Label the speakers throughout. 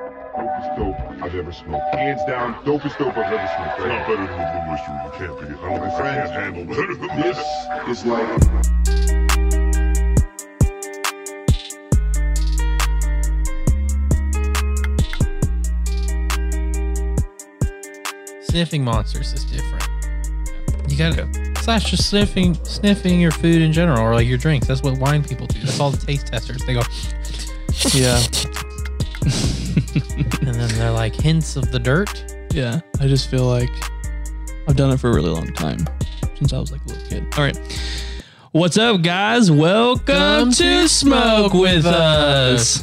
Speaker 1: dopest dope I've ever smoked. Hands down, dopest dope I've ever smoked. It's not better than Blue Oyster. You can't be. I don't think I can handle better than this. This is like.
Speaker 2: Sniffing monsters is different. You gotta. It's not just sniffing, sniffing your food in general or like your drinks. That's what wine people do. That's all the taste testers. They go,
Speaker 3: Yeah.
Speaker 2: and then they're like hints of the dirt.
Speaker 3: Yeah. I just feel like I've done it for a really long time since I was like a little kid. All right. What's up, guys? Welcome
Speaker 2: Come
Speaker 3: to
Speaker 2: to
Speaker 3: Smoke
Speaker 2: Smoke
Speaker 3: with
Speaker 2: with
Speaker 3: Us.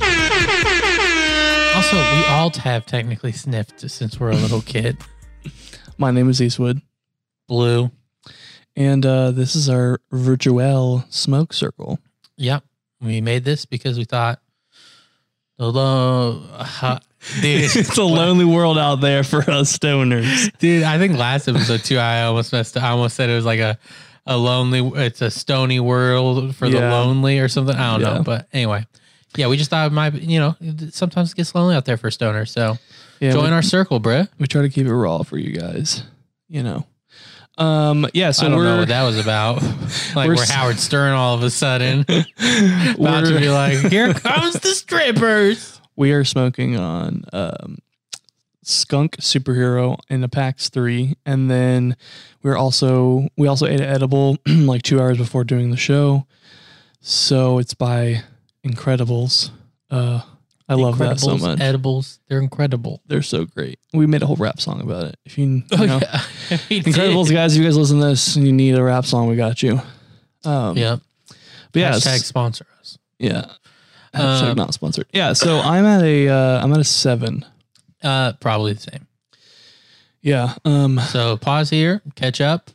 Speaker 2: Also, we all have technically sniffed since we're a little kid.
Speaker 3: My name is Eastwood,
Speaker 2: Blue.
Speaker 3: and uh, this is our virtual smoke circle.
Speaker 2: Yep. We made this because we thought the low. dude,
Speaker 3: it's a lonely world out there for us stoners.
Speaker 2: dude, I think last episode too, I almost messed up. I almost said it was like a, a lonely, it's a stony world for the
Speaker 3: Yeah.
Speaker 2: lonely or something. I don't
Speaker 3: Yeah.
Speaker 2: know. But anyway, yeah, we just thought it might, be- you know, it sometimes it gets lonely out there for stoners. So
Speaker 3: Yeah,
Speaker 2: join
Speaker 3: we,
Speaker 2: our circle, bruh.
Speaker 3: we try to keep it raw for you guys. You know. Um. Yeah. So
Speaker 2: I don't
Speaker 3: we're
Speaker 2: know what that was about. like
Speaker 3: we're
Speaker 2: we're,
Speaker 3: s-
Speaker 2: Howard Stern all of a sudden. about to be
Speaker 3: we're,
Speaker 2: like, here comes the strippers.
Speaker 3: we are smoking on um, skunk superhero in the PAX three, and then we're also we also ate an edible like two hours before doing the show. So it's by Incredibles. Uh, I love that so
Speaker 2: Incredibles,
Speaker 3: much.
Speaker 2: Edibles, they're incredible.
Speaker 3: They're so great. We made a whole rap song about it. If you, you know,
Speaker 2: Oh, yeah.
Speaker 3: Incredibles guys, if you guys listen to this and you need a rap song, we got you. Um,
Speaker 2: Yeah.
Speaker 3: but yeah,
Speaker 2: Hashtag
Speaker 3: s-
Speaker 2: sponsor us.
Speaker 3: yeah. Hashtag
Speaker 2: Um,
Speaker 3: not sponsored. Yeah, so I'm at a uh, I'm at a seven.
Speaker 2: Uh, probably the same.
Speaker 3: Yeah, um,
Speaker 2: So pause here, catch up,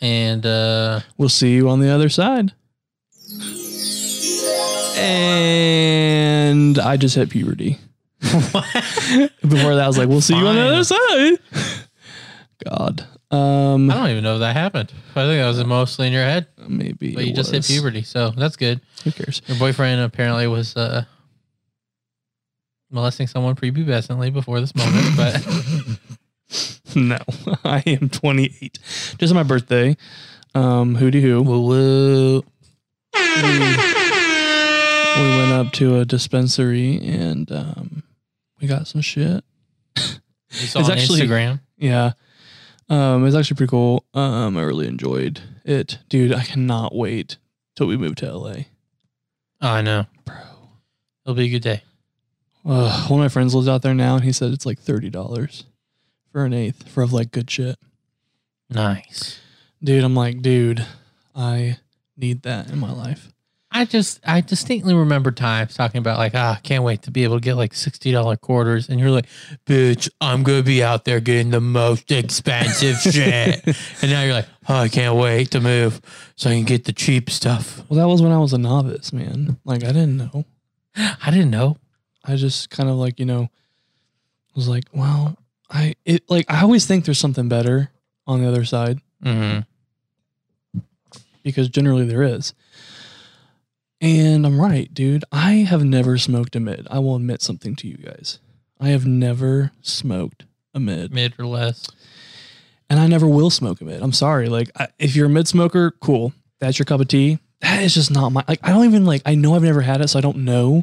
Speaker 2: and uh,
Speaker 3: we'll see you on the other side. And I just hit puberty.
Speaker 2: I
Speaker 3: Before that, I was like, "We'll see you on the
Speaker 2: Fine.
Speaker 3: other side." God, um,
Speaker 2: don't even know if that happened. I think that was mostly in your head,
Speaker 3: maybe.
Speaker 2: but
Speaker 3: it
Speaker 2: you just hit
Speaker 3: was.
Speaker 2: puberty, so that's good.
Speaker 3: Who cares?
Speaker 2: Your boyfriend apparently was uh, molesting someone prepubescently before this moment, but
Speaker 3: No, I am 28. Just my birthday. Um, hooty hoo.
Speaker 2: woo woo.
Speaker 3: we went up to a dispensary and um, we got some shit.
Speaker 2: You saw
Speaker 3: It's
Speaker 2: on
Speaker 3: actually-
Speaker 2: Instagram.
Speaker 3: Yeah. Um, it was actually pretty cool. Um, I really enjoyed it. Dude, I cannot wait till we move to LA.
Speaker 2: Oh, I know.
Speaker 3: Bro.
Speaker 2: It'll be a good day.
Speaker 3: Uh, one of my friends lives out there now and he said it's like $30 for an eighth for of like good shit.
Speaker 2: Nice.
Speaker 3: Dude, I'm like, dude, I need that in my life.
Speaker 2: I just I distinctly remember times talking about like ah can't wait to be able to get like sixty dollar quarters and you're like bitch I'm gonna be out there getting the most expensive shit and now you're like oh I can't wait to move so I can get the cheap stuff
Speaker 3: Well, that was when I was a novice, man. Like, I didn't know.
Speaker 2: I didn't know
Speaker 3: I just kind of like, you know, was like, well, I it like I always think there's something better on the other side
Speaker 2: mm-hmm.
Speaker 3: because generally there is. And I'm right, dude. I have never smoked a mid. I will admit something to you guys. I have never smoked a mid,
Speaker 2: mid or less
Speaker 3: and I never will smoke a mid. I'm sorry. Like, I, if you're a mid smoker, cool. That's your cup of tea. That is just not my like. I don't even like. I know I've never had it, so I don't know.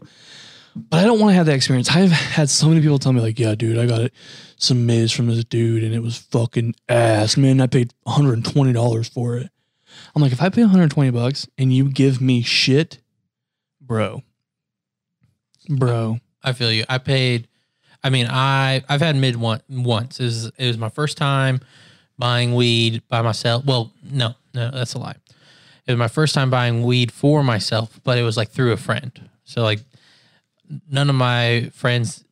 Speaker 3: But I don't want to have that experience. I've had so many people tell me like, "Yeah, dude, I got it, some Miz from this dude, and it was fucking ass, man. I paid 120 dollars for it." I'm like, if I pay 120 bucks and you give me shit, bro, bro,
Speaker 2: I feel you. I paid. I mean, I I've had mid one once. It was, it was my first time buying weed by myself. Well, no, no, that's a lie. It was my first time buying weed for myself, but it was like through a friend. So like, none of my friends,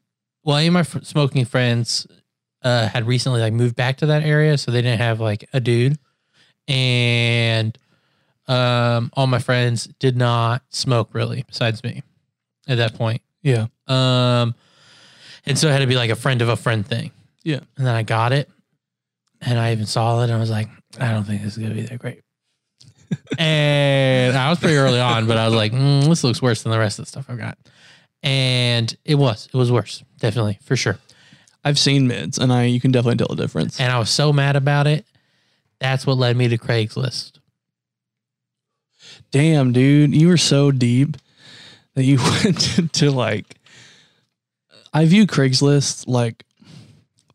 Speaker 2: well, any of my fr- smoking friends, uh, had recently like moved back to that area, so they didn't have like a dude, and um, all my friends did not smoke really, besides me, at that point.
Speaker 3: yeah,
Speaker 2: Um, and so it had to be like a friend of a friend thing.
Speaker 3: Yeah.
Speaker 2: And then I got it, and I even saw it, and I was like, I don't think this is gonna be that great. and I was pretty early on, but I was like, mm, this looks worse than the rest of the stuff I've got. and it was it was worse, definitely for sure.
Speaker 3: I've seen mids, and I you can definitely tell the difference.
Speaker 2: And I was so mad about it. That's what led me to Craigslist.
Speaker 3: Damn, dude, you were so deep that you went to, to like. I view Craigslist like,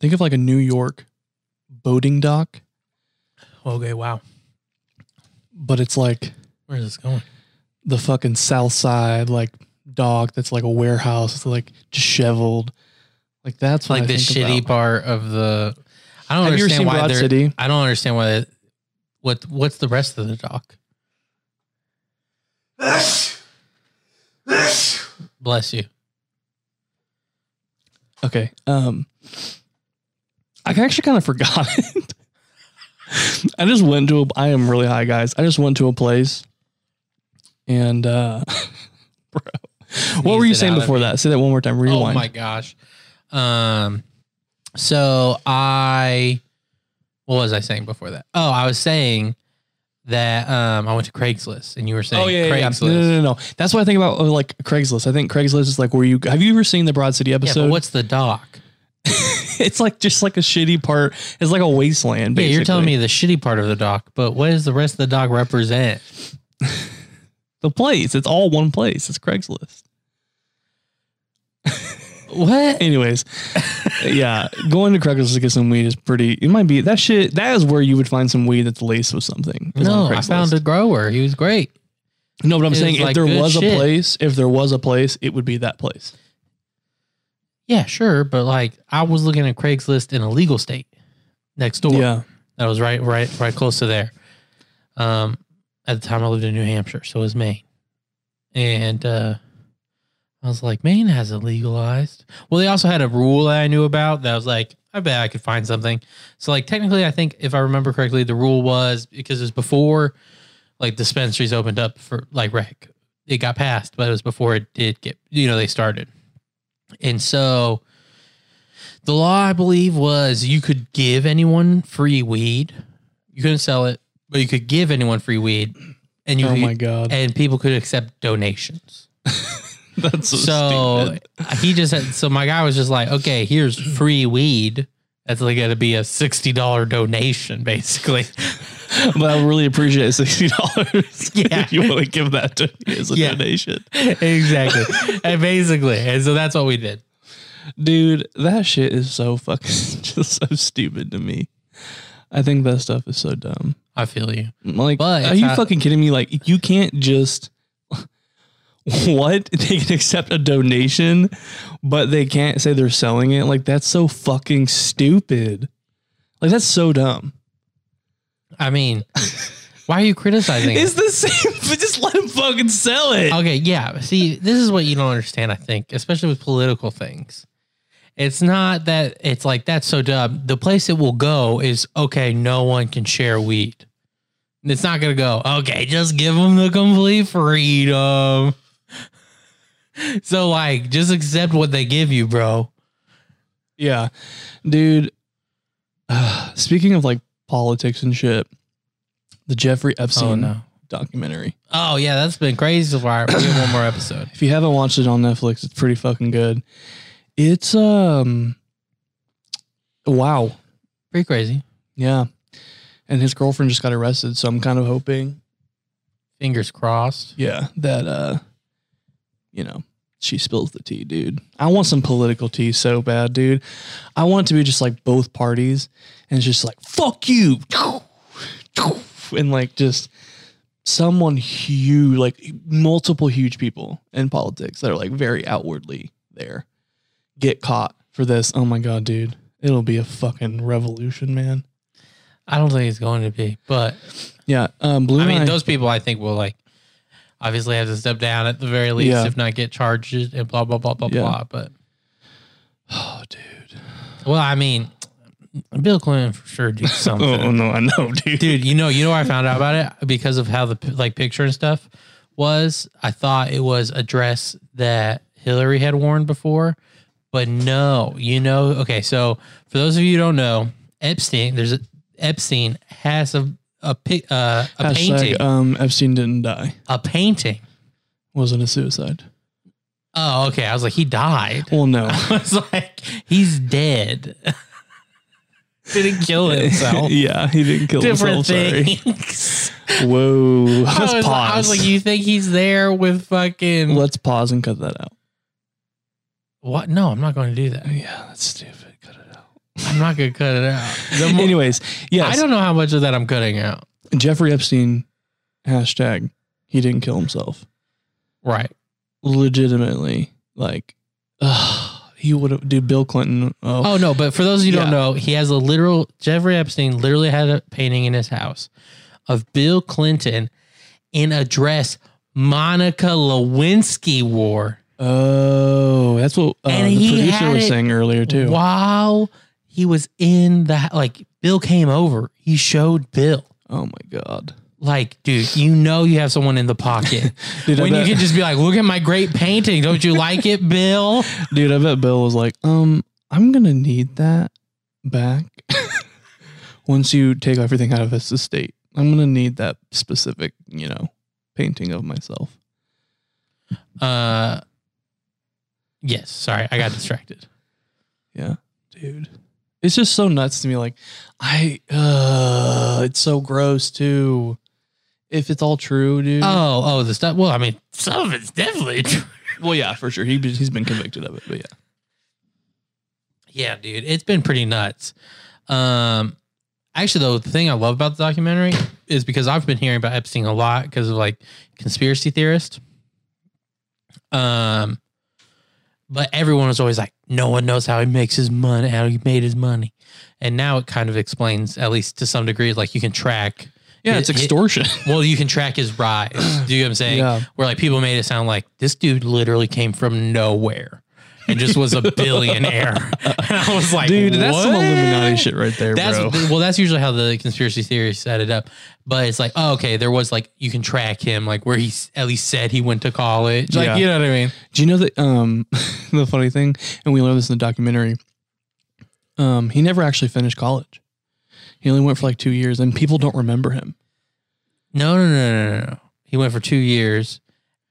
Speaker 3: think of like a New York boating dock,
Speaker 2: Okay, wow.
Speaker 3: but it's like
Speaker 2: Where's this going?
Speaker 3: the fucking South Side like dock that's like a warehouse, it's like disheveled. Like that's what
Speaker 2: like
Speaker 3: I
Speaker 2: the
Speaker 3: think
Speaker 2: shitty
Speaker 3: about.
Speaker 2: part of the. I don't
Speaker 3: Have you ever
Speaker 2: understand
Speaker 3: seen
Speaker 2: why
Speaker 3: Broad
Speaker 2: they're.
Speaker 3: City?
Speaker 2: I don't understand why. They, what what's the rest of the dock? Bless you.
Speaker 3: Okay. Um, I actually kind of forgot it. I just went to a. I am really high, guys. I just went to a place, and uh, bro, what were
Speaker 2: Sneezed it
Speaker 3: you
Speaker 2: out
Speaker 3: saying
Speaker 2: of
Speaker 3: before
Speaker 2: me.
Speaker 3: that? Say that one more time. Rewind.
Speaker 2: Oh my gosh. Um. So I, what was I saying before that? Oh, I was saying that um I went to Craigslist and you were saying
Speaker 3: Oh yeah, yeah, yeah.
Speaker 2: Craigslist.
Speaker 3: No, no, no, no. That's what I think about oh, like Craigslist. I think Craigslist is like where you have you ever seen the Broad City
Speaker 2: Yeah,
Speaker 3: episode?
Speaker 2: but what's the dock?
Speaker 3: it's like just like a shitty part. It's like a wasteland.
Speaker 2: Yeah,
Speaker 3: Basically.
Speaker 2: you're telling me the shitty part of the dock, but what does the rest of the dock represent?
Speaker 3: the place. It's all one place. It's Craigslist.
Speaker 2: What?
Speaker 3: Anyways, yeah, going to Craigslist to get some weed is pretty. It might be that shit. That is where you would find some weed that's laced with something. is
Speaker 2: No,
Speaker 3: on
Speaker 2: I
Speaker 3: Craigslist.
Speaker 2: found a grower. He was great.
Speaker 3: No, but I'm
Speaker 2: it
Speaker 3: saying
Speaker 2: was
Speaker 3: if
Speaker 2: like
Speaker 3: there
Speaker 2: good
Speaker 3: was a
Speaker 2: shit.
Speaker 3: place, if there was a place, it would be that place.
Speaker 2: Yeah, sure, but like I was looking at Craigslist in a legal state next door.
Speaker 3: Yeah,
Speaker 2: That was right, right, right close to there. Um, at the time I lived in New Hampshire, so it was Maine, and uh, I was like, Maine has it legalized. Well, they also had a rule that I knew about that was like, I bet I could find something. So like technically, I think if I remember correctly, the rule was because it was before like dispensaries opened up for like rec. It got passed, but it was before it did get you know they started, and so the law I believe was you could give anyone free weed. You couldn't sell it, but you could give anyone free weed, and you
Speaker 3: Oh
Speaker 2: could-
Speaker 3: my God.
Speaker 2: and people could accept donations.
Speaker 3: that's so.
Speaker 2: So
Speaker 3: stupid.
Speaker 2: he just had, so my guy was just like, okay, here's free weed. That's like going to be a sixty dollar donation, basically.
Speaker 3: but I really appreciate sixty dollars.
Speaker 2: Yeah.
Speaker 3: if you want to give that to me as a
Speaker 2: Yeah.
Speaker 3: donation,
Speaker 2: exactly, and basically, and so that's what we did.
Speaker 3: dude. That shit is so fucking just so stupid to me. I think that stuff is so dumb.
Speaker 2: I feel you.
Speaker 3: Like,
Speaker 2: But
Speaker 3: are
Speaker 2: it's
Speaker 3: you
Speaker 2: not-
Speaker 3: fucking kidding me? Like, you can't just what they can accept a donation, but they can't say they're selling it. Like, that's so fucking stupid. Like, that's so dumb.
Speaker 2: I mean, why are you criticizing? it?
Speaker 3: It's the same, but just let them fucking sell it.
Speaker 2: Okay, yeah. See, this is what you don't understand, I think, especially with political things. It's not that it's like that's so dumb. The place it will go is okay, no one can share weed. It's not going to go, okay, just give them the complete freedom. So, like, just accept what they give you, bro.
Speaker 3: Yeah, dude. speaking of like politics and shit, the Jeffrey Epstein
Speaker 2: Oh, no.
Speaker 3: documentary.
Speaker 2: Oh, yeah, that's been crazy so far. We have one more episode.
Speaker 3: If you haven't watched it on Netflix, it's pretty fucking good. It's um, wow.
Speaker 2: Pretty crazy.
Speaker 3: Yeah. And his girlfriend just got arrested, so I'm kind of hoping,
Speaker 2: Fingers crossed.
Speaker 3: yeah, that uh you know, she spills the tea, dude. I want some political tea so bad, dude. I want it to be just like both parties and it's just like fuck you. And like just someone huge like multiple huge people in politics that are like very outwardly there get caught for this. Oh my god, dude. It'll be a fucking revolution, man.
Speaker 2: I don't think it's going to be, but
Speaker 3: Yeah. Um Blue
Speaker 2: I mean,
Speaker 3: and
Speaker 2: those people I think will like obviously have to step down at the very least,
Speaker 3: Yeah.
Speaker 2: if not get charges and blah blah blah blah
Speaker 3: Yeah.
Speaker 2: blah. But
Speaker 3: Oh dude.
Speaker 2: well, I mean, Bill Clinton for sure did something.
Speaker 3: Oh no, I know, dude.
Speaker 2: Dude, you know, you know, where I found out about it because of how the p- like picture and stuff was. I thought it was a dress that Hillary had worn before, but no, you know. Okay, so for those of you who don't know, Epstein, there's a, Epstein has a a pic, uh, a
Speaker 3: Hashtag,
Speaker 2: painting,
Speaker 3: Um, Epstein didn't die.
Speaker 2: a painting
Speaker 3: Wasn't a suicide.
Speaker 2: Oh, okay. I was like, he died.
Speaker 3: Well, no.
Speaker 2: I was like, he's dead. Didn't kill himself.
Speaker 3: yeah, he didn't kill
Speaker 2: Different
Speaker 3: himself. Sorry.
Speaker 2: things.
Speaker 3: Whoa. Let's
Speaker 2: I, was,
Speaker 3: pause.
Speaker 2: I was like, you think he's there with fucking
Speaker 3: Let's pause and cut that out.
Speaker 2: what? No, I'm not going to do that.
Speaker 3: Yeah, that's stupid. Cut it out.
Speaker 2: I'm not going to cut it out. The mo-
Speaker 3: Anyways, yes.
Speaker 2: I don't know how much of that I'm cutting out.
Speaker 3: Jeffrey Epstein hashtag he didn't kill himself.
Speaker 2: Right.
Speaker 3: Legitimately, like, ugh, he would have. Dude, Bill Clinton. Oh,
Speaker 2: Oh no, but for those of you who
Speaker 3: Yeah.
Speaker 2: don't know, he has a literal Jeffrey Epstein literally had a painting in his house of Bill Clinton in a dress Monica Lewinsky wore
Speaker 3: oh, that's what uh,
Speaker 2: And
Speaker 3: the
Speaker 2: he
Speaker 3: producer
Speaker 2: had
Speaker 3: was
Speaker 2: it-
Speaker 3: saying earlier too.
Speaker 2: while he was in the like Bill came over. He showed Bill.
Speaker 3: Oh my god,
Speaker 2: Like, dude, you know you have someone in the pocket.
Speaker 3: dude! I,
Speaker 2: when you
Speaker 3: bet,
Speaker 2: can just be like, look at my great painting. Don't you like it, Bill?
Speaker 3: dude, I bet Bill was like, um, I'm gonna need that back once you take everything out of this estate. I'm gonna need that specific, you know, painting of myself.
Speaker 2: Uh yes, sorry, I got distracted.
Speaker 3: Yeah, dude. It's just so nuts to me. Like, I, uh, it's so gross too. If it's all true, dude.
Speaker 2: Oh, oh, the stuff. Well, I mean, some of it's definitely true.
Speaker 3: well, yeah, for sure. He he's been convicted of it, but yeah.
Speaker 2: Yeah, dude, it's been pretty nuts. Um, actually, though, the thing I love about the documentary is because I've been hearing about Epstein a lot because of like conspiracy theorists. Um, but everyone was always like, no one knows how he makes his money, how he made his money, and now it kind of explains, at least to some degree, like you can track.
Speaker 3: Yeah, it's
Speaker 2: It- it-
Speaker 3: extortion.
Speaker 2: Well, you can track his rise. Do you know what I'm saying?
Speaker 3: yeah.
Speaker 2: where like people made it sound like this dude literally came from nowhere and just was a billionaire. and I was like,
Speaker 3: Dude, that's some
Speaker 2: "What?"
Speaker 3: Illuminati shit right there,
Speaker 2: That's
Speaker 3: bro.
Speaker 2: well, that's usually how the conspiracy theory set it up. But it's like, oh, okay, there was like you can track him, like where he s- at least said he went to college. Like
Speaker 3: Yeah.
Speaker 2: you know what I mean?
Speaker 3: Do you know that um the funny thing, and we learned this in the documentary, um, he never actually finished college. He only went for like two years and people don't remember him.
Speaker 2: No, no, no, no, no, no. He went for two years,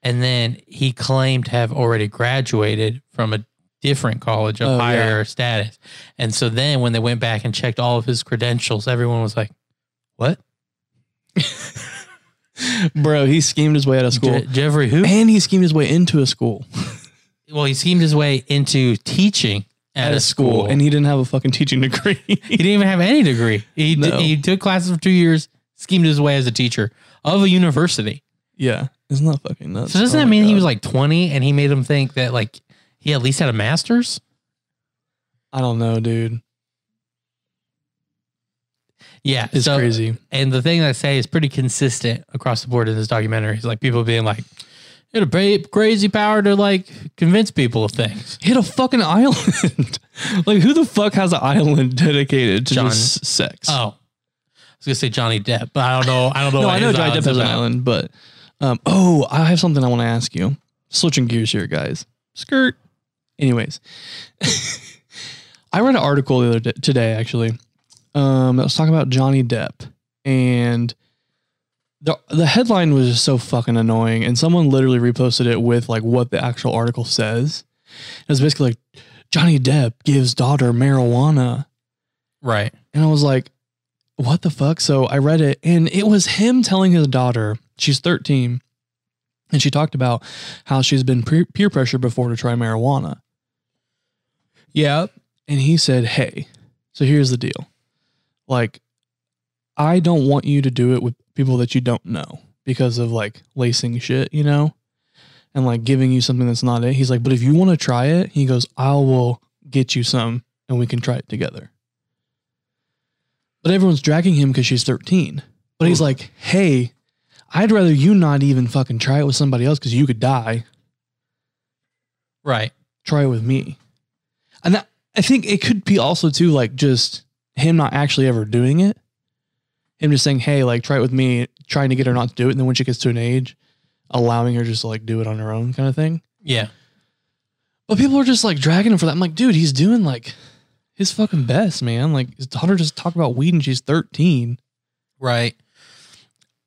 Speaker 2: and then he claimed to have already graduated from a different college of
Speaker 3: Oh, yeah.
Speaker 2: higher status. And so then, when they went back and checked all of his credentials, everyone was like, "What?"
Speaker 3: Bro, he schemed his way out of school.
Speaker 2: Je- Jeffrey who?
Speaker 3: And he schemed his way into a school.
Speaker 2: Well, he schemed his way into teaching at, a school,
Speaker 3: And he didn't have a fucking teaching degree.
Speaker 2: he didn't even have any degree. He d-
Speaker 3: No.
Speaker 2: he took classes for two years, schemed his way as a teacher of a university.
Speaker 3: yeah. Isn't that fucking nuts? Oh
Speaker 2: So doesn't that mean he was like twenty and he made him think that like he at least had a master's?
Speaker 3: I don't know, dude.
Speaker 2: Yeah,
Speaker 3: It's
Speaker 2: so-
Speaker 3: crazy.
Speaker 2: And the thing that I say is pretty consistent across the board in this documentary. It's like people being like, "It a ba- crazy power to like convince people of things."
Speaker 3: Hit a fucking island. like who the fuck has an island dedicated to
Speaker 2: John.
Speaker 3: just sex?
Speaker 2: Oh, I was gonna say Johnny Depp, but I don't know. I don't know.
Speaker 3: no,
Speaker 2: what
Speaker 3: I know
Speaker 2: his
Speaker 3: Johnny
Speaker 2: island's
Speaker 3: Depp has an
Speaker 2: about.
Speaker 3: island, but um, oh, I have something I want to ask you. Switching gears here, guys. Skirt. Anyways, I read an article the other day, today actually. Um, that was talking about Johnny Depp, and the the headline was just so fucking annoying. And someone literally reposted it with like what the actual article says. It was basically like Johnny Depp gives daughter marijuana.
Speaker 2: Right.
Speaker 3: And I was like, what the fuck? So I read it and it was him telling his daughter, she's 13, and she talked about how she's been pre- peer pressure before to try marijuana.
Speaker 2: Yeah.
Speaker 3: And he said, hey, so here's the deal. Like, I don't want you to do it with people that you don't know because of like lacing shit, you know? And like giving you something that's not it. He's like, but if you want to try it, he goes, I will get you some and we can try it together. But everyone's dragging him because she's 13. But he's like, hey, I'd rather you not even fucking try it with somebody else because you could die
Speaker 2: Right.
Speaker 3: try it with me. And that, I think it could be also too like just him not actually ever doing it. Him just saying, "Hey, like try it with me," trying to get her not to do it, and then when she gets to an age, allowing her just to like do it on her own kind of thing.
Speaker 2: Yeah.
Speaker 3: But people are just like dragging him for that. I'm like, dude, he's doing like his fucking best, man. Like his daughter just talked about weed and she's 13.
Speaker 2: Right.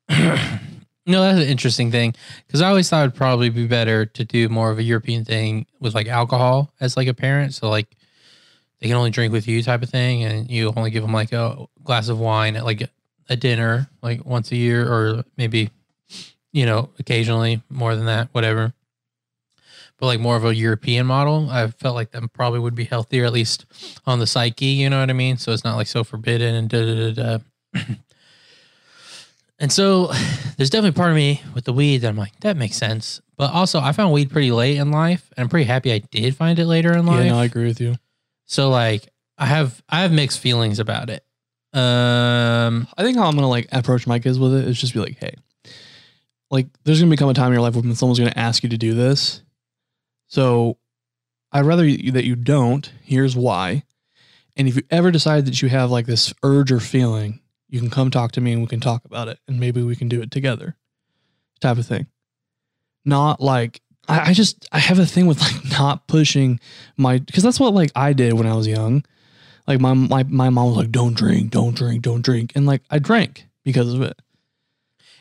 Speaker 2: No, that's an interesting thing because I always thought it'd probably be better to do more of a European thing with like alcohol as like a parent. So like they can only drink with you type of thing, and you only give them like a glass of wine at like a dinner, like once a year, or maybe you know occasionally more than that, whatever. But like more of a European model, I felt like that probably would be healthier, at least on the psyche. You know what I mean? So it's not like so forbidden and da da da da. And so there's definitely part of me with the weed that I'm like, that makes sense. But also, I found weed pretty late in life, and I'm pretty happy I did find it later in life.
Speaker 3: Yeah, no, I agree with you.
Speaker 2: so like, I have I have mixed feelings about it. Um,
Speaker 3: I think how I'm gonna like approach my kids with it is just be like, hey, like there's gonna become a time in your life when someone's gonna ask you to do this. So I'd rather you, that you don't. Here's why. And if you ever decide that you have like this urge or feeling, you can come talk to me and we can talk about it and maybe we can do it together type of thing. Not like, I, I just, I have a thing with like not pushing my, cause that's what like I did when I was young like my my my mom was like, "Don't drink, don't drink, don't drink," and like I drank because of it.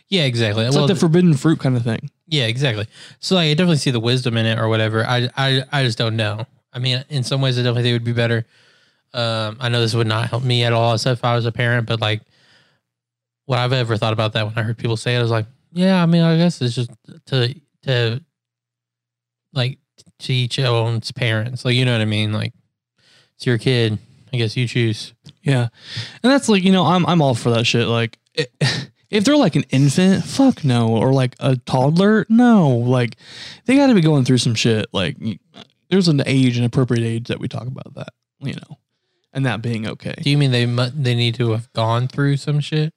Speaker 2: yeah, exactly.
Speaker 3: It's
Speaker 2: Well,
Speaker 3: like the forbidden fruit kind of thing.
Speaker 2: yeah, exactly. So like, I definitely see the wisdom in it or whatever. I I I just don't know. I mean, in some ways, I definitely think it would be better. Um, I know this would not help me at all as if I was a parent, but like, what I've ever thought about that when I heard people say it, I was like, yeah, I mean, I guess it's just to to like to each own parents, like you know what I mean, like it's your kid. I guess you choose.
Speaker 3: Yeah, and that's like you know I'm I'm all for that shit. Like it, if they're like an infant, fuck no, or like a toddler, no. Like they got to be going through some shit. Like you- there's an age, an appropriate age that we talk about that, you know, and that being okay.
Speaker 2: Do you mean they mu- they need to have gone through some shit?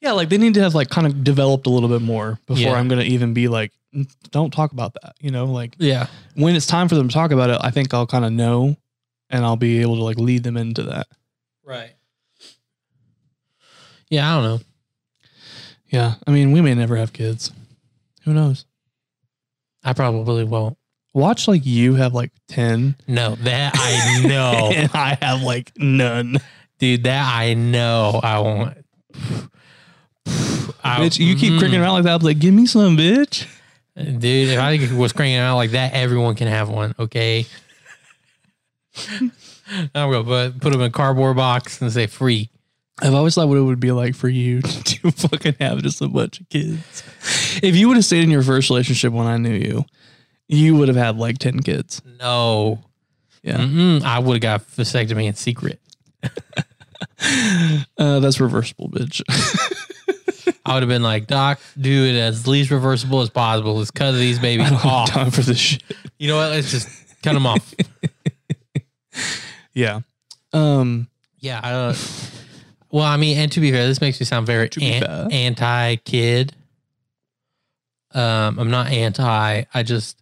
Speaker 3: Yeah, like they need to have like kind of developed a little bit more before
Speaker 2: Yeah.
Speaker 3: I'm gonna even be like, "Mm, don't talk about that. You know, like
Speaker 2: Yeah,
Speaker 3: when it's time for them to talk about it, I think I'll kind of know and I'll be able to like lead them into that.
Speaker 2: right. Yeah, I don't know.
Speaker 3: Yeah. I mean, we may never have kids. Who knows?
Speaker 2: I probably won't.
Speaker 3: Watch like you have like 10.
Speaker 2: No, that I know,
Speaker 3: And I have like none.
Speaker 2: dude. That I know. I won't. I-
Speaker 3: bitch, you keep
Speaker 2: Mm.
Speaker 3: cranking around like that. I'll be like, give me some, bitch.
Speaker 2: dude. If I was cranking out like that, everyone can have one. Okay. I'm gonna put, put them in a cardboard box and say free.
Speaker 3: I've always thought what it would be like for you to fucking have just a bunch of kids. If you would have stayed in your first relationship when I knew you, you would have had like 10 kids.
Speaker 2: No.
Speaker 3: Yeah.
Speaker 2: Mm-mm, I would have got vasectomy in secret.
Speaker 3: Uh, that's reversible, bitch.
Speaker 2: I would have been like, Doc, do it as least reversible as possible. Let's cut these
Speaker 3: I
Speaker 2: babies
Speaker 3: don't have
Speaker 2: off.
Speaker 3: time for this shit.
Speaker 2: You know what? Let's just cut them off.
Speaker 3: Yeah. Um,
Speaker 2: Yeah, I don't. Well, I mean, and to be fair, this makes me sound very
Speaker 3: To be fair.
Speaker 2: an- anti kid. Um, I'm not anti. I just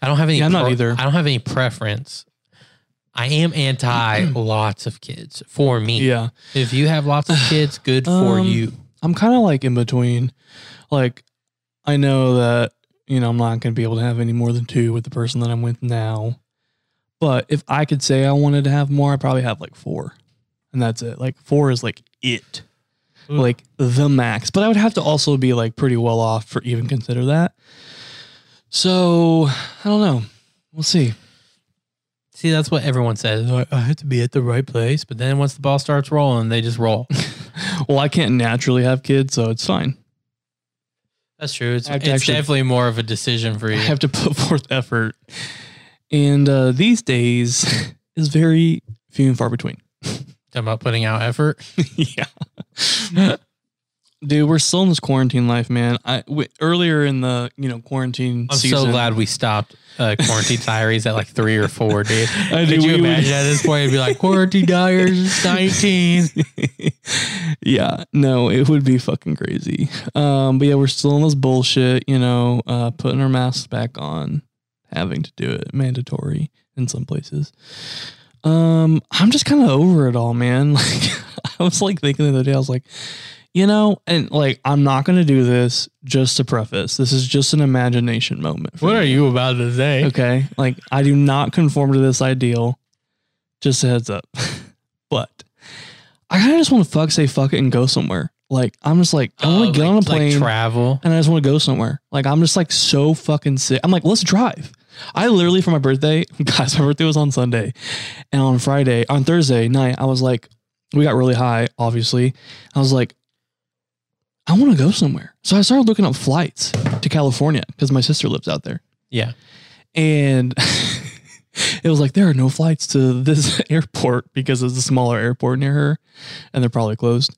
Speaker 2: I don't have any.
Speaker 3: Yeah, I'm not either.
Speaker 2: I don't have any preference. I am anti lots of kids. For me,
Speaker 3: yeah.
Speaker 2: If you have lots of kids, good for
Speaker 3: Um,
Speaker 2: you.
Speaker 3: I'm kind of like in between. Like, I know that, you know, I'm not going to be able to have any more than two with the person that I'm with now. But if I could say I wanted to have more, I probably have like four. And that's it. Like, four is like it,
Speaker 2: Ooh.
Speaker 3: like the max. But I would have to also be like pretty well off for even consider that. So I don't know. We'll see.
Speaker 2: See, that's what everyone says. Like, I have to be at the right place, but then once the ball starts rolling, they just roll.
Speaker 3: Well, I can't naturally have kids, so it's fine.
Speaker 2: That's true. It's,
Speaker 3: I have
Speaker 2: it's
Speaker 3: to actually-
Speaker 2: definitely more of a decision for
Speaker 3: I
Speaker 2: you.
Speaker 3: have to put forth effort. And uh, these days is very few and far between.
Speaker 2: Talking about putting out effort.
Speaker 3: yeah. Dude, we're still in this quarantine life, man. I w- earlier in the you know quarantine
Speaker 2: I'm
Speaker 3: season,
Speaker 2: so glad we stopped uh, quarantine diaries at like three or four, dude.
Speaker 3: I
Speaker 2: Could
Speaker 3: do,
Speaker 2: you
Speaker 3: we would-
Speaker 2: imagine at this point it'd be like quarantine diaries is nineteen?
Speaker 3: yeah, no, it would be fucking crazy. Um, but yeah, we're still in this bullshit, you know, uh, putting our masks back on, having to do it mandatory in some places. Um, I'm just kind of over it all, man. Like, I was like thinking the other day, I was like, you know, and like, I'm not gonna do this. Just to preface, this is just an imagination moment. for
Speaker 2: What
Speaker 3: me.
Speaker 2: are you about to say?
Speaker 3: Okay. Like I do not conform to this ideal. Just a heads up. but I kind of just want to fuck say fuck it and go somewhere. Like I'm just like I want to get
Speaker 2: Oh, Uh, like,
Speaker 3: on a
Speaker 2: like
Speaker 3: plane
Speaker 2: travel.
Speaker 3: and I just want to go somewhere. Like I'm just like so fucking sick. I'm like, let's drive. I literally for my birthday, guys, my birthday was on Sunday, and on Friday, on Thursday night, I was like, we got really high, obviously. I was like, I want to go somewhere, so I started looking up flights to California because my sister lives out there,
Speaker 2: Yeah.
Speaker 3: and. It was like there are no flights to this airport because it's a smaller airport near her, and they're probably closed.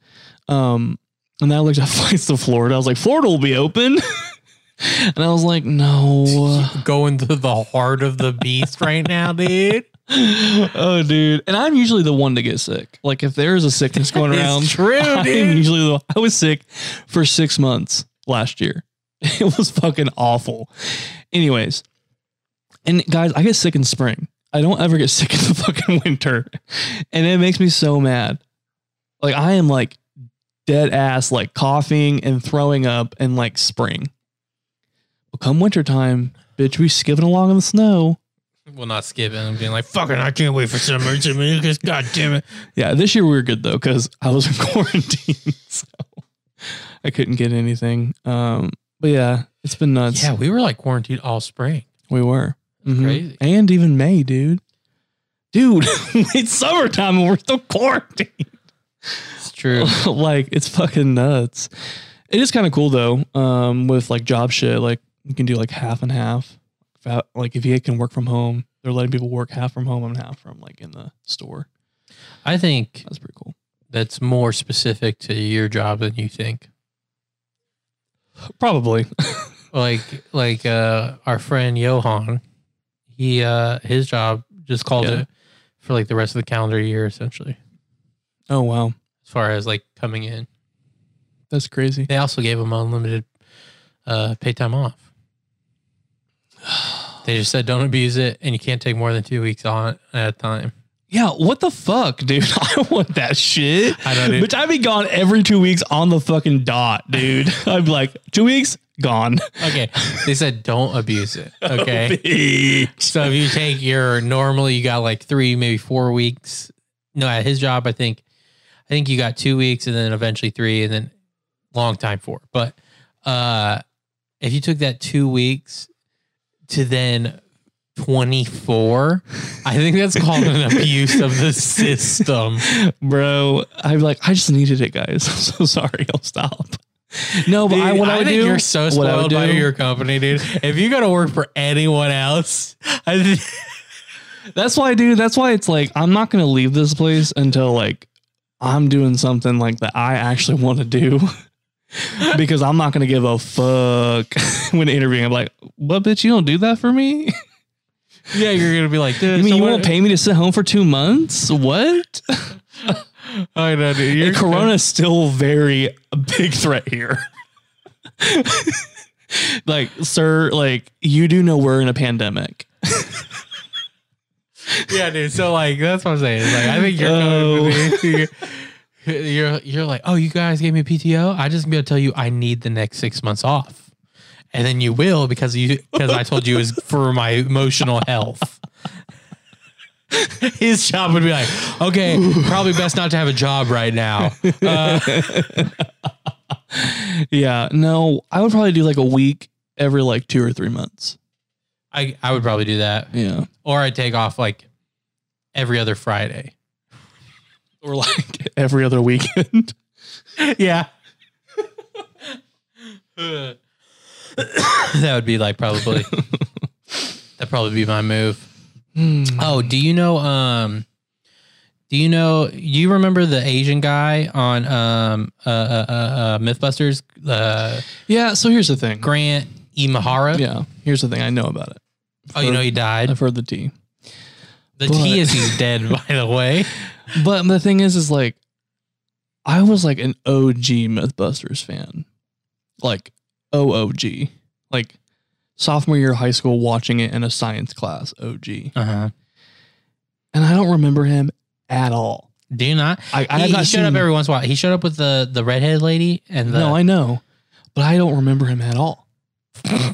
Speaker 3: Um, and then I looked at flights to Florida. I was like, Florida will be open. and I was like, no.
Speaker 2: Going to the heart of the beast right now, dude.
Speaker 3: oh, dude. And I'm usually the one to get sick. Like, if there is a sickness going around,
Speaker 2: It's true,
Speaker 3: I'm
Speaker 2: dude.
Speaker 3: usually the, I was sick for six months last year. It was fucking awful. Anyways, and guys, I get sick in spring. I don't ever get sick in the fucking winter, and it makes me so mad. Like I am like dead ass, like coughing and throwing up in like spring. But come wintertime, bitch, we skipping along in the snow.
Speaker 2: Well, not skipping. I'm being like, fucking, I can't wait for summer to me because God damn it.
Speaker 3: Yeah, this year we were good though because I was in quarantine, so I couldn't get anything. Um, but yeah, it's been nuts.
Speaker 2: yeah, we were like quarantined all spring.
Speaker 3: We were. Mhm.
Speaker 2: crazy.
Speaker 3: And even May, dude. Dude, it's summertime and we're still quarantined.
Speaker 2: It's true.
Speaker 3: like, it's fucking nuts. It is kind of cool though, um, with like job shit. Like, you can do like half and half. About- Like, if you can work from home, they're letting people work half from home and half from like in the store.
Speaker 2: I think
Speaker 3: That's pretty cool.
Speaker 2: that's more specific to your job than you think.
Speaker 3: Probably.
Speaker 2: Like, like uh, our friend Johan, he uh, his job just called
Speaker 3: Yeah.
Speaker 2: it for like the rest of the calendar year, essentially,
Speaker 3: Oh, wow.
Speaker 2: as far as like coming in.
Speaker 3: That's crazy.
Speaker 2: They also gave him unlimited uh, pay time off. They just said don't abuse it, and you can't take more than two weeks on at a time.
Speaker 3: Yeah, what the fuck, dude? I want that shit.
Speaker 2: I know, dude.
Speaker 3: Bitch, I'd be gone every two weeks on the fucking dot, dude. I'd be like, two weeks, gone.
Speaker 2: Okay, they said don't abuse it. Okay,
Speaker 3: Bitch.
Speaker 2: So if you take your normally you got like three, maybe four weeks. No, at his job, I think I think you got two weeks and then eventually three and then long time four. But uh if you took that two weeks to then 24, I think that's called an abuse of the system.
Speaker 3: Bro, I'd be like, I just needed it, guys. I'm so sorry. I'll stop. No, but I, what I, would
Speaker 2: think
Speaker 3: do,
Speaker 2: you're so
Speaker 3: what I would
Speaker 2: spoiled by
Speaker 3: do-
Speaker 2: your company, dude. If you go to work for anyone else, I think
Speaker 3: That's why, dude. That's why it's like I'm not gonna leave this place until like I'm doing something like that I actually want to do. because I'm not gonna give a fuck when interviewing. I'm like, what, bitch? You don't do that for me.
Speaker 2: yeah, you're gonna be like, dude,
Speaker 3: You mean you
Speaker 2: someone-
Speaker 3: won't pay me to sit home for two months? What?
Speaker 2: I know, Oh, dude. You're
Speaker 3: Corona is still very a big threat here. like, sir, like you do know we're in a pandemic.
Speaker 2: Yeah, dude. So like that's what I'm saying. It's like I think you're
Speaker 3: Oh.
Speaker 2: coming with me. You're, you're you're like, oh, you guys gave me PTO. I just gonna tell you I need the next six months off, and then you will because you because I told you it was for my emotional health. His job would be like, okay, probably best not to have a job right now. Uh,
Speaker 3: Yeah, no, I would probably do like a week every like two or three months.
Speaker 2: I I would probably do that,
Speaker 3: Yeah.
Speaker 2: or I'd take off like every other Friday.
Speaker 3: or like every other weekend.
Speaker 2: yeah. that would be like probably that probably be my move.
Speaker 3: Hmm.
Speaker 2: Oh, do you know um do you know you remember the Asian guy on um uh uh, uh, uh Mythbusters uh
Speaker 3: Yeah. So here's the thing.
Speaker 2: Grant Imahara?
Speaker 3: Yeah. Here's the thing. I know about it.
Speaker 2: Oh, you know he died.
Speaker 3: I've heard the tea.
Speaker 2: The T
Speaker 3: but-
Speaker 2: is he's dead by the way.
Speaker 3: But the thing is, is like, I was like an OG Mythbusters fan, like OOG, like sophomore year of high school, watching it in a science class, OG.
Speaker 2: Uh-huh.
Speaker 3: And I don't remember him at all.
Speaker 2: Do you not?
Speaker 3: I, I
Speaker 2: he
Speaker 3: have
Speaker 2: he
Speaker 3: not
Speaker 2: showed
Speaker 3: seen.
Speaker 2: up every once in a while. He showed up with the the redhead lady and the
Speaker 3: no, I know, but I don't remember him at all.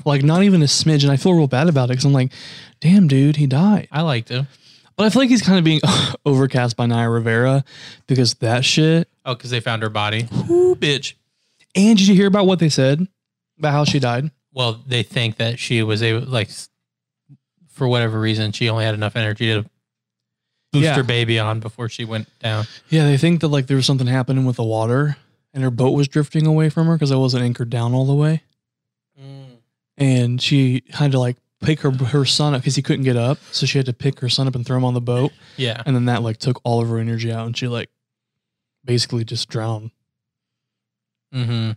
Speaker 3: like not even a smidge, and I feel real bad about it because I'm like, damn, dude, he died.
Speaker 2: I liked him.
Speaker 3: But I feel like he's kind of being overcast by Naya Rivera because that shit.
Speaker 2: Oh, because they found her body. Ooh, bitch.
Speaker 3: And did you hear about what they said about how she died?
Speaker 2: Well, they think that she was able, like, s- for whatever reason, she only had enough energy to boost
Speaker 3: Yeah.
Speaker 2: her baby on before she went down.
Speaker 3: Yeah, they think that like there was something happening with the water and her boat was drifting away from her because it wasn't anchored down all the way. And she had to like pick her her son up because he couldn't get up, so she had to pick her son up and throw him on the boat.
Speaker 2: Yeah.
Speaker 3: And then that like took all of her energy out, and she like basically just drowned.
Speaker 2: Mm-hmm. Man.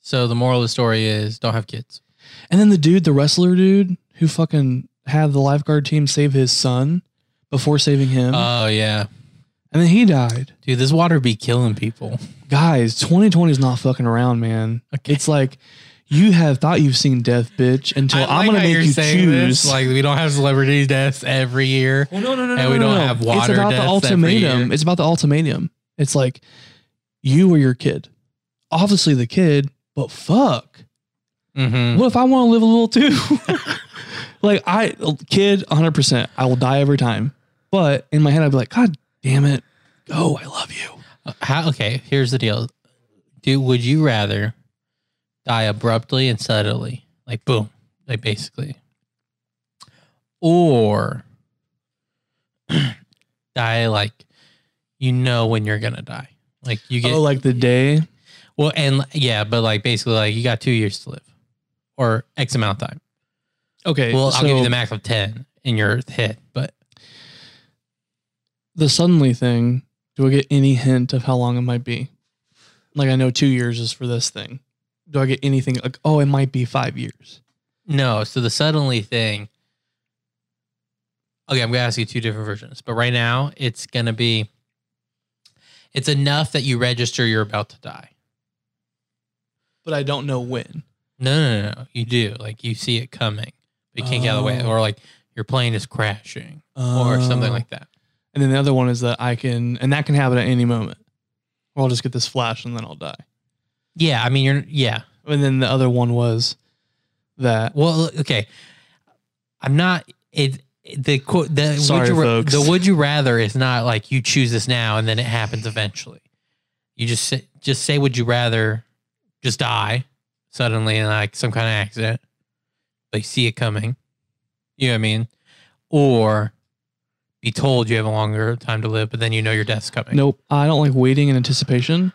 Speaker 2: So the moral of the story is don't have kids.
Speaker 3: And then the dude, the wrestler dude, who fucking had the lifeguard team save his son before saving him,
Speaker 2: Oh, yeah.
Speaker 3: and then he died.
Speaker 2: Dude, this water be killing people.
Speaker 3: Guys, 2020 is not fucking around, man.
Speaker 2: Okay.
Speaker 3: It's like you have thought you've seen death, bitch, until
Speaker 2: I
Speaker 3: I'm
Speaker 2: like
Speaker 3: gonna
Speaker 2: how
Speaker 3: make
Speaker 2: you're
Speaker 3: you
Speaker 2: saying
Speaker 3: choose.
Speaker 2: This. Like, we don't have celebrity deaths every year.
Speaker 3: Well, no, no, no,
Speaker 2: And we don't have water
Speaker 3: It's about the
Speaker 2: deaths every
Speaker 3: ultimatum.
Speaker 2: year.
Speaker 3: It's about the ultimatum. It's like you or your kid. Obviously, the kid, but fuck.
Speaker 2: Mm-hmm.
Speaker 3: What if I want to live a little too? like I, kid, hundred percent. I will die every time. But in my head, I'd be like, God damn it, go! I love you.
Speaker 2: How, okay, here's the deal. Do would you rather die abruptly and suddenly, like boom, like basically, or die like you know when you're gonna die, like you get
Speaker 3: Oh, like the day.
Speaker 2: well, and yeah, but like basically, like you got two years to live, or X amount of time.
Speaker 3: Okay.
Speaker 2: Well, I'll give you
Speaker 3: so
Speaker 2: the max of ten in your head, but
Speaker 3: the suddenly thing. Do I get any hint of how long it might be? Like I know two years is for this thing. Do I get anything like oh it might be five years?
Speaker 2: No, so the suddenly thing. Okay, I'm gonna ask you two different versions, but right now it's gonna be. It's enough that you register you're about to die.
Speaker 3: But I don't know when.
Speaker 2: No, no, no, no. you do. Like you see it coming, but you can't get out of the way,
Speaker 3: Oh.
Speaker 2: or like your plane is crashing, or something like that.
Speaker 3: And then the other one is that I can, and that can happen at any moment. Or I'll just get this flash and then I'll die.
Speaker 2: Yeah, I mean you're yeah.
Speaker 3: And then the other one was that
Speaker 2: Well, okay. I'm not it. The qu- the
Speaker 3: Sorry,
Speaker 2: would you, ra-
Speaker 3: folks.
Speaker 2: the would you rather is not like you choose this now and then it happens eventually. You just say, just say would you rather just die suddenly in like some kind of accident, but you see it coming. You know what I mean? Or be told you have a longer time to live, but then you know your death's coming.
Speaker 3: nope, I don't like waiting in anticipation.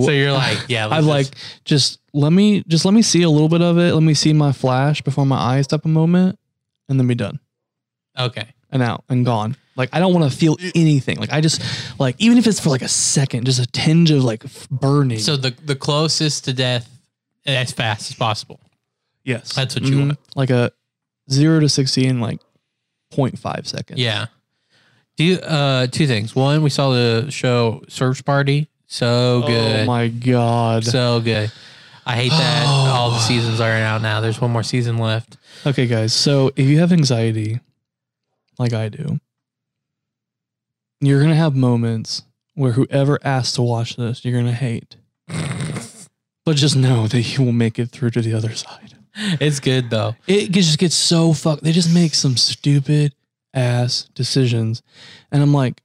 Speaker 2: So you're like, yeah,
Speaker 3: I'm like,
Speaker 2: let's just-
Speaker 3: just let me, just let me see a little bit of it. Let me see my flash before my eyes stop a moment, and then be done
Speaker 2: okay.
Speaker 3: and out and gone. Like I don't want to feel anything. Like I just, like even if it's for like a second, just a tinge of like f- burning.
Speaker 2: So the the closest to death as fast as possible.
Speaker 3: yes,
Speaker 2: that's what you
Speaker 3: Mhm.
Speaker 2: want.
Speaker 3: Like a zero to sixty in like 0.5 seconds.
Speaker 2: Yeah. Do you, uh two things. One, we saw the show Search Party. So
Speaker 3: Oh
Speaker 2: good.
Speaker 3: my god. Oh.
Speaker 2: so good. I hate that all the seasons are out now. There's one more season left.
Speaker 3: Okay, guys. So if you have anxiety, like I do, you're gonna have moments where whoever asks to watch this, you're gonna hate. but just know that you will make it through to the other side.
Speaker 2: It's good though.
Speaker 3: It gets- just gets so fucked. They just make some stupid ass decisions, and I'm like,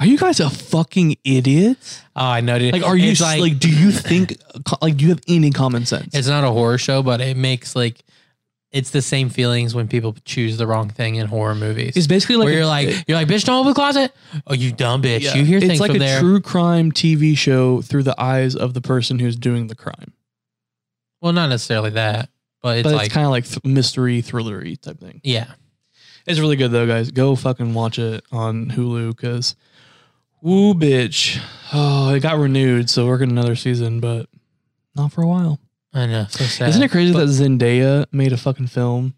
Speaker 3: are you guys a fucking idiot?
Speaker 2: Oh, I know. dude.
Speaker 3: Like, are you
Speaker 2: It's
Speaker 3: s- like, do you think like do you have any common sense?
Speaker 2: it's not a horror show, but it makes like it's the same feelings when people choose the wrong thing in horror movies.
Speaker 3: It's basically like
Speaker 2: where
Speaker 3: a-
Speaker 2: you're like, you're like, bitch, don't open the closet. Oh, you dumb bitch.
Speaker 3: Yeah.
Speaker 2: You hear
Speaker 3: it's
Speaker 2: things
Speaker 3: like
Speaker 2: from
Speaker 3: a
Speaker 2: there.
Speaker 3: true crime TV show through the eyes of the person who's doing the crime.
Speaker 2: well, not necessarily that, but it's
Speaker 3: but
Speaker 2: like,
Speaker 3: it's kind of like th- mystery thrillery type thing.
Speaker 2: yeah,
Speaker 3: It's really good though, guys. Go fucking watch it on Hulu because, woo, bitch. Oh, it got renewed, so we're getting another season, but not for a while.
Speaker 2: I know. So sad.
Speaker 3: Isn't it crazy that Zendaya made a fucking film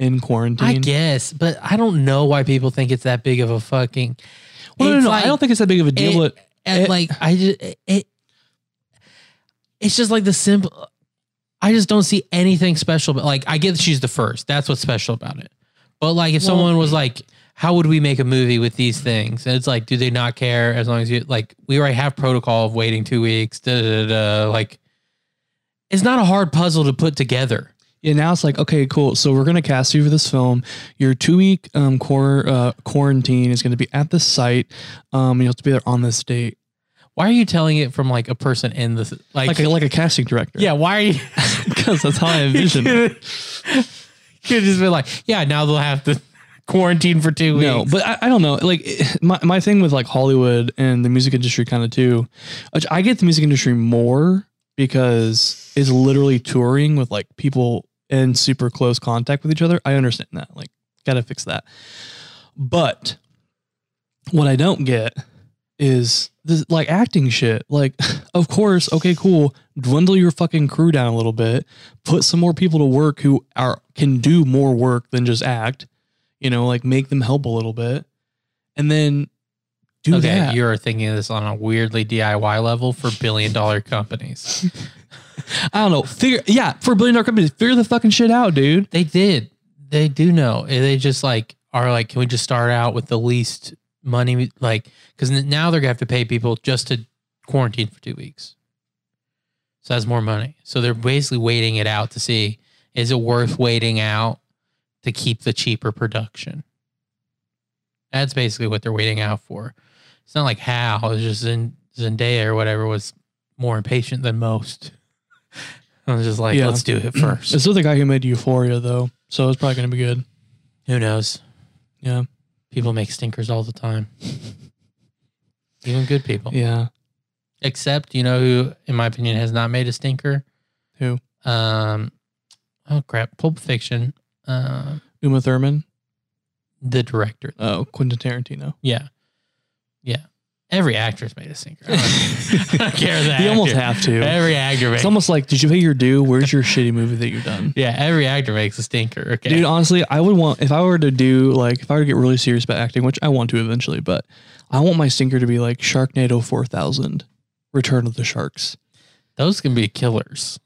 Speaker 3: in quarantine?
Speaker 2: I guess, but I don't know why people think it's that big of a fucking.
Speaker 3: Well, no, no,
Speaker 2: It's
Speaker 3: no,
Speaker 2: like-
Speaker 3: I don't think it's that big of a deal.
Speaker 2: it-
Speaker 3: but
Speaker 2: and
Speaker 3: it-
Speaker 2: like I just it. It's just like the simple. I just don't see anything special. But like, I get that she's the first. That's what's special about it. But like, if
Speaker 3: Well-
Speaker 2: someone was like, "How would we make a movie with these things?" and it's like, do they not care as long as you like? We already have protocol of waiting two weeks. Da da da. da. Like, it's not a hard puzzle to put together.
Speaker 3: Yeah, now it's like, okay, cool. So we're going to cast you for this film. Your two week um, quar- uh, quarantine is going to be at this site. Um, you have to be there on this date.
Speaker 2: Why are you telling it from like a person in the like?
Speaker 3: Like a, like a casting director.
Speaker 2: yeah, why are you?
Speaker 3: Because that's how I envision it.
Speaker 2: Could just be like, yeah, now they'll have to quarantine for two weeks.
Speaker 3: No, but I, I don't know. Like it- my, my thing with like Hollywood and the music industry kind of too, which I get the music industry more because it's literally touring with like people in super close contact with each other. I understand that. Like gotta fix that. But what I don't get is this like acting shit. Like, of course, okay, cool. Dwindle your fucking crew down a little bit. Put some more people to work who are can do more work than just act. You know, like make them help a little bit, and then do
Speaker 2: okay,
Speaker 3: that.
Speaker 2: you're thinking of this on a weirdly DIY level for billion dollar companies.
Speaker 3: I don't know. Figure yeah for a billion dollar company, figure the fucking shit out, dude.
Speaker 2: They did. They do know. And They just like are like, can we just start out with the least money? we- Like, because now they're gonna have to pay people just to quarantine for two weeks. So that's more money. So they're basically waiting it out to see is it worth waiting out to keep the cheaper production. That's basically what they're waiting out for. It's not like how it's just Zen- Zendaya or whatever was more impatient than most. I was just like,
Speaker 3: Yeah.
Speaker 2: let's do it first.
Speaker 3: It's still the guy who made Euphoria though, so it's probably gonna be good.
Speaker 2: Who knows?
Speaker 3: Yeah,
Speaker 2: People make stinkers all the time. Even good people.
Speaker 3: yeah.
Speaker 2: Except, you know who, in my opinion, has not made a stinker?
Speaker 3: Who?
Speaker 2: Um oh crap. Pulp fiction. Um
Speaker 3: Uma Thurman,
Speaker 2: the director.
Speaker 3: oh Quentin Tarantino.
Speaker 2: Yeah. Yeah. Every actress made a stinker. I don't, I don't care that.
Speaker 3: You almost have to.
Speaker 2: Every actor makes
Speaker 3: It's almost like, did you pay your due? Where's your shitty movie that you've done?
Speaker 2: Yeah, every actor makes a stinker. Okay.
Speaker 3: Dude, honestly, I would want if I were to do like if I were to get really serious about acting, which I want to eventually, but I want my stinker to be like Sharknado four thousand, Return of the Sharks.
Speaker 2: Those can be killers.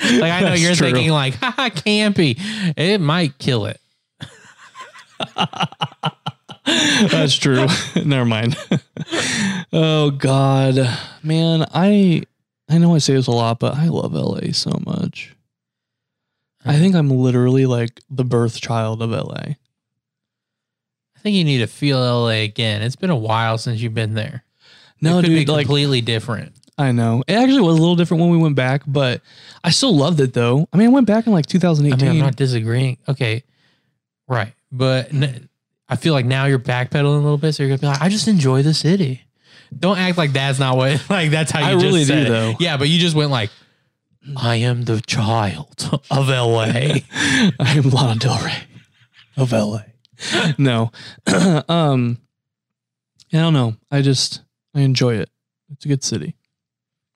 Speaker 2: like I know
Speaker 3: That's
Speaker 2: you're
Speaker 3: true.
Speaker 2: thinking like, haha, campy. It might kill it.
Speaker 3: That's true. Never mind. oh God, man, I I know I say this a lot, but I love LA so much. I think I'm literally like the birth child of LA.
Speaker 2: I think you need to feel LA again. It's been a while since you've been there.
Speaker 3: No,
Speaker 2: it could
Speaker 3: dude,
Speaker 2: be
Speaker 3: like
Speaker 2: completely different.
Speaker 3: I know. It actually was a little different when we went back, but I still loved it though. I mean, I went back in like
Speaker 2: I
Speaker 3: 2018.
Speaker 2: mean, I'm not disagreeing. Okay, right, but n- I feel like now you're backpedaling a little bit, so you're gonna be like, I just enjoy the city. Don't act like that's not what like that's how you
Speaker 3: I
Speaker 2: just
Speaker 3: really
Speaker 2: said
Speaker 3: do,
Speaker 2: it.
Speaker 3: though.
Speaker 2: Yeah, but you just went like, I am the child of LA.
Speaker 3: I am Lana Del Rey of LA. no. um I don't know. I just I enjoy it. It's a good city.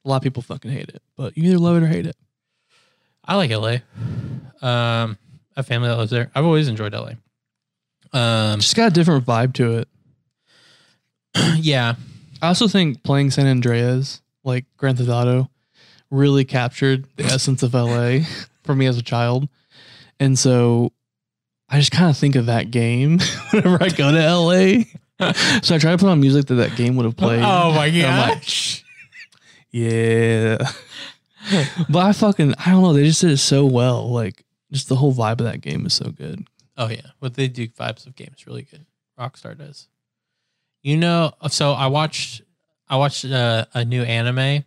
Speaker 3: A lot of people fucking hate it, but you either love it or hate it.
Speaker 2: I like LA. Um, a family that lives there. I've always enjoyed LA. Um,
Speaker 3: It's just got a different vibe to it.
Speaker 2: yeah,
Speaker 3: I also think playing San Andreas, like Grand Theft Auto, really captured the essence of LA for me as a child. And so I just kind of think of that game whenever I go to LA. so I try to put on music that that game would have played.
Speaker 2: Oh my
Speaker 3: And I'm like,
Speaker 2: gosh.
Speaker 3: Yeah. but I fucking I don't know, they just did it so well. Like just the whole vibe of that game is so good.
Speaker 2: Oh yeah, what they do vibes of games really good. Rockstar does. You know, so I watched I watched uh, a new anime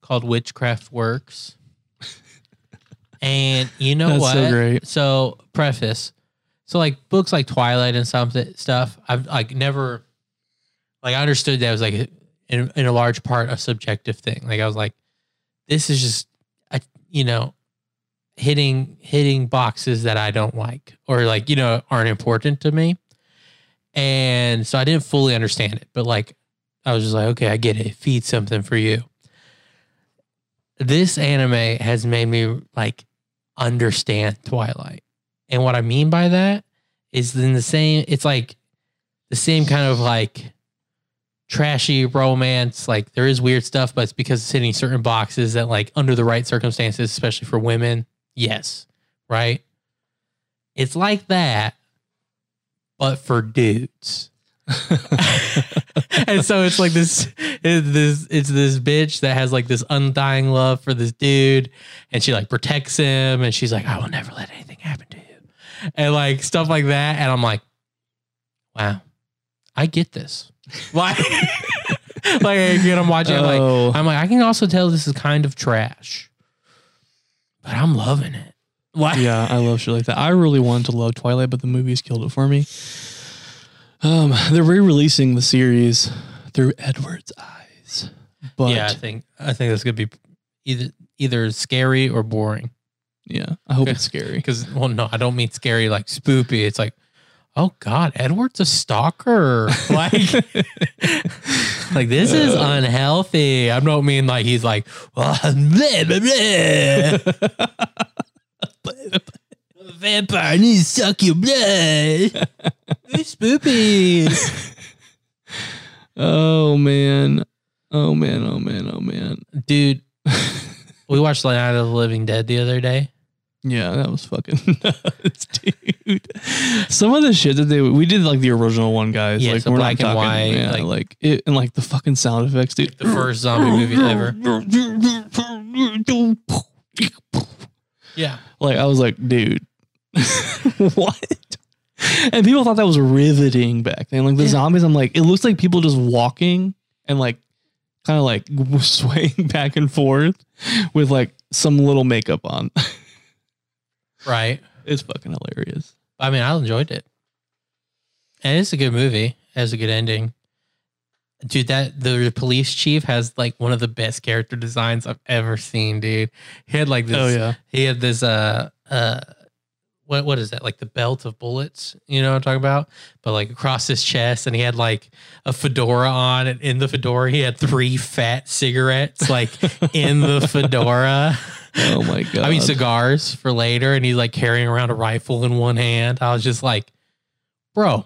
Speaker 2: called Witchcraft Works, and you know
Speaker 3: That's
Speaker 2: what?
Speaker 3: so great.
Speaker 2: So preface, so like books like Twilight and something stuff. I've like never, like I understood that was like in, in a large part a subjective thing. Like I was like, this is just, I you know, hitting hitting boxes that I don't like or like you know aren't important to me. And so I didn't fully understand it, but like I was just like, okay, I get it. Feed something for you. This anime has made me like understand Twilight. And what I mean by that is in the same it's like the same kind of like trashy romance. Like there is weird stuff, but it's because it's hitting certain boxes that like under the right circumstances, especially for women, yes. Right? It's like that, but for dudes. and so it's like this, it's this, it's this bitch that has like this undying love for this dude, and she like protects him, and she's like, I will never let anything happen to you, and like stuff like that. And I'm like, wow, I get this. Like, like again, I'm watching, I'm like,
Speaker 3: Oh.
Speaker 2: I'm like, I can also tell this is kind of trash, but I'm loving it. Like,
Speaker 3: yeah, I love shit like that. I really wanted to love Twilight, but the movies killed it for me. Um, they're re-releasing the series through Edward's eyes, but
Speaker 2: yeah,
Speaker 3: yeah,
Speaker 2: I think I think that's gonna be either either scary or boring.
Speaker 3: I hope it's scary.
Speaker 2: Because well, no, I don't mean scary like spoopy. It's like, oh God, Edward's a stalker. Like, like this is unhealthy. I don't mean like he's like, oh, bleh, bleh, bleh. vampire needs to suck your blood. It's spoopy.
Speaker 3: Oh man, oh man, oh man, oh man.
Speaker 2: Dude, we watched like Night of the Living Dead the other day.
Speaker 3: Yeah, that was fucking nuts, dude. Some of the shit that they we did like the original one, guys.
Speaker 2: Yeah,
Speaker 3: like
Speaker 2: so
Speaker 3: we're
Speaker 2: black and
Speaker 3: not talking,
Speaker 2: white,
Speaker 3: yeah,
Speaker 2: like-
Speaker 3: like, it and like the fucking sound effects, dude.
Speaker 2: The first zombie movie ever. Yeah.
Speaker 3: Like I was like, dude, what? And people thought that was riveting back then. Like the
Speaker 2: Yeah.
Speaker 3: zombies, I'm like, it looks like people just walking and like kind of like swaying back and forth with like some little makeup on.
Speaker 2: Right.
Speaker 3: it's fucking hilarious.
Speaker 2: I mean, I enjoyed it. And it's a good movie. It has a good ending. Dude, that the police chief has like one of the best character designs I've ever seen, dude. He had like this
Speaker 3: Oh, yeah.
Speaker 2: he had this uh uh what what is that? Like the belt of bullets, you know what I'm talking about? But like across his chest and he had like a fedora on and in the fedora he had three fat cigarettes like in the fedora.
Speaker 3: Oh my god.
Speaker 2: I mean, cigars for later, and he's like carrying around a rifle in one hand. I was just like, bro,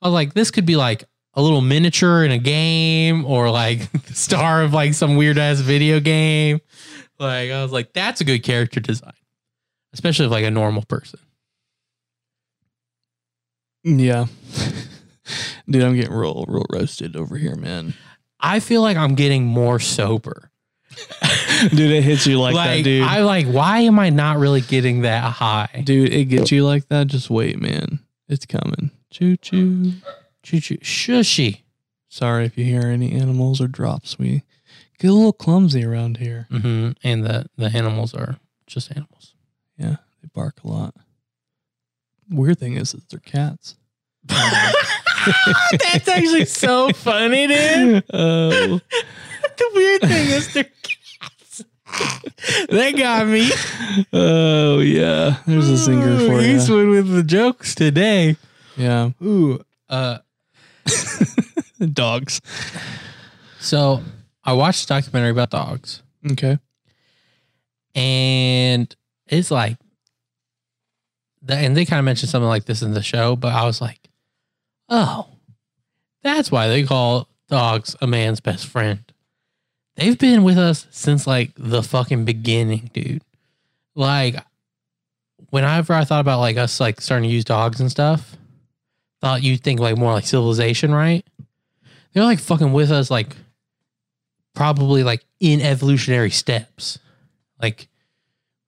Speaker 2: I was like, this could be like a little miniature in a game or like the star of like some weird ass video game. Like, I was like, that's a good character design, especially if like a normal person.
Speaker 3: yeah. dude, I'm getting real real roasted over here, man.
Speaker 2: I feel like I'm getting more sober.
Speaker 3: Dude, it hits you like, that, dude.
Speaker 2: I like, why am I not really getting that high?
Speaker 3: dude, it gets you like that. Just wait, man. It's coming. Choo choo.
Speaker 2: Choo choo, shushy.
Speaker 3: Sorry if you hear any animals or drops. We get a little clumsy around here.
Speaker 2: hmm And the the animals are just animals.
Speaker 3: Yeah, they bark a lot. Weird thing is that they're cats.
Speaker 2: That's actually so funny, dude.
Speaker 3: Oh,
Speaker 2: The weird thing is they're cats. that got me.
Speaker 3: oh yeah. There's a singer
Speaker 2: Ooh,
Speaker 3: for you.
Speaker 2: Eastwood with the jokes today.
Speaker 3: Yeah,
Speaker 2: Ooh. Uh,
Speaker 3: dogs.
Speaker 2: so I watched a documentary about dogs,
Speaker 3: Okay.
Speaker 2: and it's like, the, and they kind of mentioned something like this in the show, but I was like, oh, that's why they call dogs a man's best friend. They've been with us since like the fucking beginning, dude. Like whenever I thought about like us like starting to use dogs and stuff, thought you'd think like more like civilization, right? They're like fucking with us like probably like in evolutionary steps. Like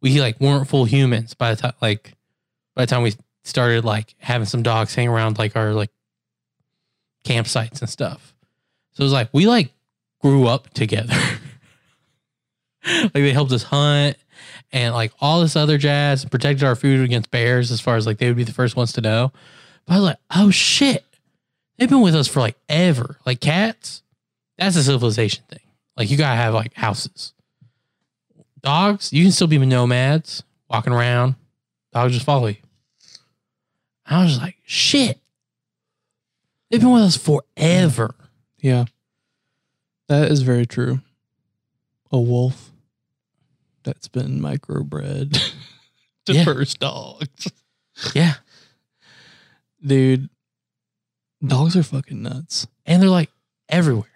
Speaker 2: we like weren't full humans by the time like by the time we started like having some dogs hang around like our like campsites and stuff. So it was like we like grew up together. like they helped us hunt and like all this other jazz, protected our food against bears as far as like they would be the first ones to know. But I was like, oh shit. They've been with us for like ever. Like cats, that's a civilization thing. Like you gotta have like houses. Dogs, you can still be nomads walking around. Dogs just follow you. I was like, shit. They've been with us forever.
Speaker 3: Yeah. That is very true. A wolf that's been microbred to
Speaker 2: Yeah.
Speaker 3: first dogs.
Speaker 2: Yeah.
Speaker 3: Dude, dogs are fucking nuts.
Speaker 2: And they're like everywhere.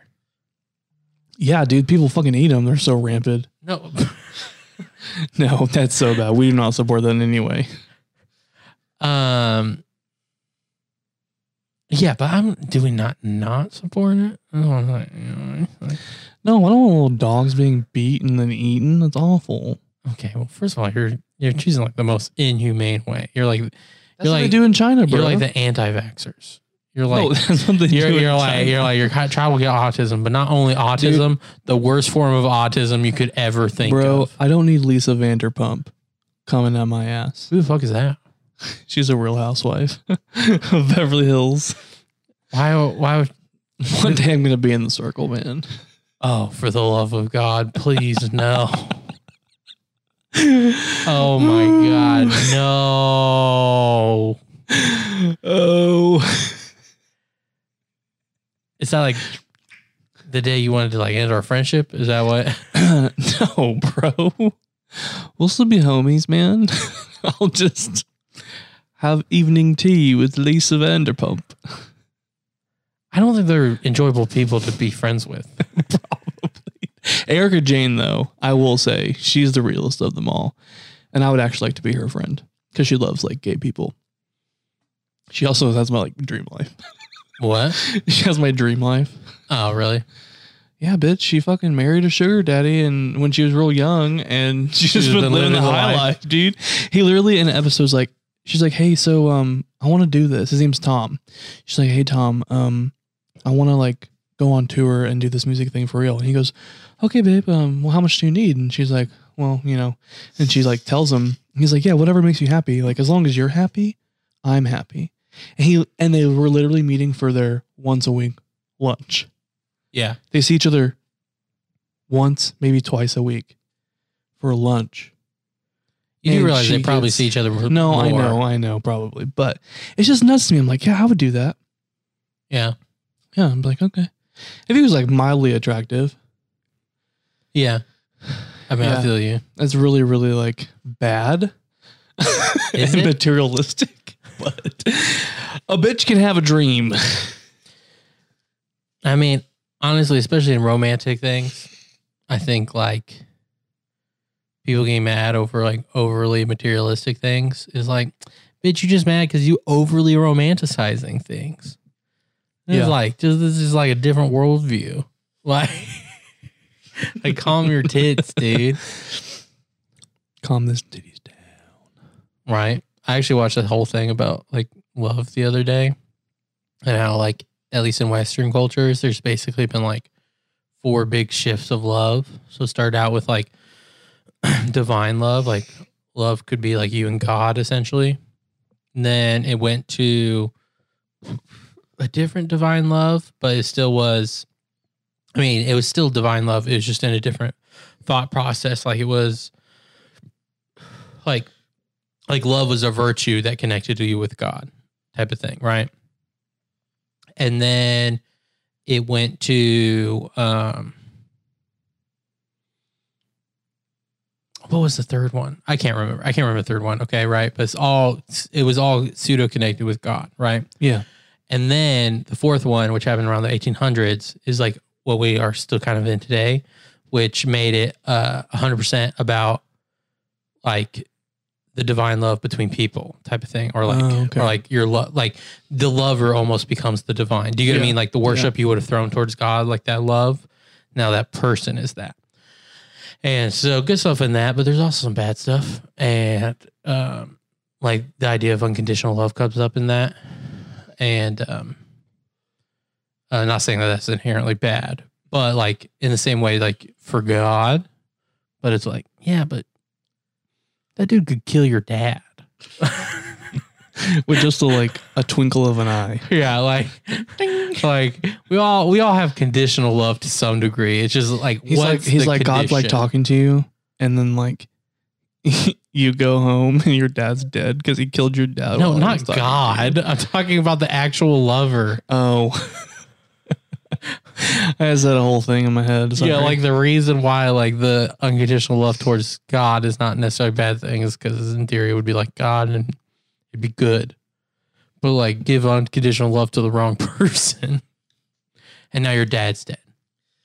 Speaker 3: Yeah, dude, people fucking eat them. They're so rampant.
Speaker 2: No.
Speaker 3: No, that's so bad. We do not support that in any way.
Speaker 2: Um Yeah, but I'm do we not not support it? Oh, I'm like, you know, it's like-
Speaker 3: No, I don't want little dogs being beaten and eaten. That's awful.
Speaker 2: okay, well, first of all, you're you're choosing like the most inhumane way. You're like
Speaker 3: That's
Speaker 2: You're
Speaker 3: what they
Speaker 2: like-
Speaker 3: do in China, bro.
Speaker 2: you're like the anti-vaxxers. You're like
Speaker 3: no, that's what they
Speaker 2: you're
Speaker 3: do in
Speaker 2: you're like
Speaker 3: China.
Speaker 2: you're like your child will get autism, but not only autism, the worst form of autism you could ever think
Speaker 3: bro.
Speaker 2: of.
Speaker 3: I don't need Lisa Vanderpump coming at my ass.
Speaker 2: Who the fuck is that?
Speaker 3: She's a Real Housewife of Beverly Hills.
Speaker 2: Why? Why? Would,
Speaker 3: One day I'm gonna be in the circle, man.
Speaker 2: oh, for the love of God, please no! Oh my God, no!
Speaker 3: Oh,
Speaker 2: Is that like the day you wanted to like end our friendship? Is that what?
Speaker 3: no, bro. We'll still be homies, man. I'll just have evening tea with Lisa Vanderpump.
Speaker 2: I don't think they're enjoyable people to be friends with.
Speaker 3: Erica Jane, though, I will say she's the realest of them all, and I would actually like to be her friend because she loves like gay people. She also has my like dream life.
Speaker 2: What?
Speaker 3: she has my dream life.
Speaker 2: Oh, really?
Speaker 3: Yeah, bitch. She fucking married a sugar daddy, and when she was real young, and she's
Speaker 2: She's
Speaker 3: just been,
Speaker 2: been
Speaker 3: living,
Speaker 2: living
Speaker 3: the
Speaker 2: the
Speaker 3: high
Speaker 2: life.
Speaker 3: life, dude. He literally in episodes like, she's like, "Hey, so um, I want to do this." His name's Tom. She's like, "Hey, Tom, um, I want to like go on tour and do this music thing for real." And he goes, "Okay, babe. Um, well, how much do you need?" And she's like, "Well, you know," and she like tells him. And He's like, "Yeah, whatever makes you happy. Like as long as you're happy, I'm happy." And he and they were literally meeting for their once a week lunch.
Speaker 2: Yeah.
Speaker 3: They see each other once, maybe twice a week for lunch.
Speaker 2: You
Speaker 3: And
Speaker 2: do realize they
Speaker 3: she
Speaker 2: probably
Speaker 3: gets-
Speaker 2: see each other. more-
Speaker 3: No, I know, I know, probably. But it's just nuts to me. I'm like, yeah, I would do that.
Speaker 2: Yeah.
Speaker 3: Yeah, I'm like, okay. If he was like mildly attractive,
Speaker 2: Yeah. I mean,
Speaker 3: Yeah.
Speaker 2: I feel you.
Speaker 3: that's really, really like bad
Speaker 2: Is
Speaker 3: and
Speaker 2: it?
Speaker 3: materialistic. But a bitch can have a dream.
Speaker 2: I mean, honestly, especially in romantic things, I think like people getting mad over like overly materialistic things is like, bitch, you just mad because you overly romanticizing things. It's
Speaker 3: Yeah.
Speaker 2: like just this is like a different worldview. Like, like calm your tits, dude.
Speaker 3: Calm this titties down.
Speaker 2: Right. I actually watched the whole thing about like love the other day and how like at least in Western cultures, there's basically been like four big shifts of love. So it started out with like divine love, like love could be like you and God essentially. And then it went to a different divine love, but it still was I mean, it was still divine love. It was just in a different thought process. Like it was like like love was a virtue that connected you with God, type of thing, right? And then it went to um what was the third one? I can't remember. I can't remember the third one. Okay, right. But it's all it was all pseudo connected with God, right?
Speaker 3: Yeah.
Speaker 2: And then the fourth one, which happened around the 1800s, is like what we are still kind of in today, which made it uh, 100% about like the divine love between people type of thing, or like,
Speaker 3: Oh, okay.
Speaker 2: or like your love, like the lover almost becomes the divine. Do you get what
Speaker 3: Yeah.
Speaker 2: I mean? Like the worship you would have thrown towards God, like that love. Now that person is that. And so good stuff in that, but there's also some bad stuff. And um, like the idea of unconditional love comes up in that. And um, I'm not saying that that's inherently bad, but like in the same way, like for God, but it's like, yeah, but that dude could kill your dad.
Speaker 3: With just a, like a twinkle of an eye.
Speaker 2: yeah, like, like we all we all have conditional love to some degree. It's just like
Speaker 3: He's
Speaker 2: what's
Speaker 3: like he's
Speaker 2: the
Speaker 3: like God's like
Speaker 2: condition?
Speaker 3: talking to you, and then like you go home and your dad's dead because he killed your dad.
Speaker 2: No,
Speaker 3: while he
Speaker 2: not
Speaker 3: was talking to you.
Speaker 2: God. I'm talking about the actual lover.
Speaker 3: Oh, I had that whole thing in my head. Sorry.
Speaker 2: Yeah, like the reason why like the unconditional love towards God is not necessarily a bad thing is because in theory it would be like God and it'd be good, but like give unconditional love to the wrong person, and now your dad's dead.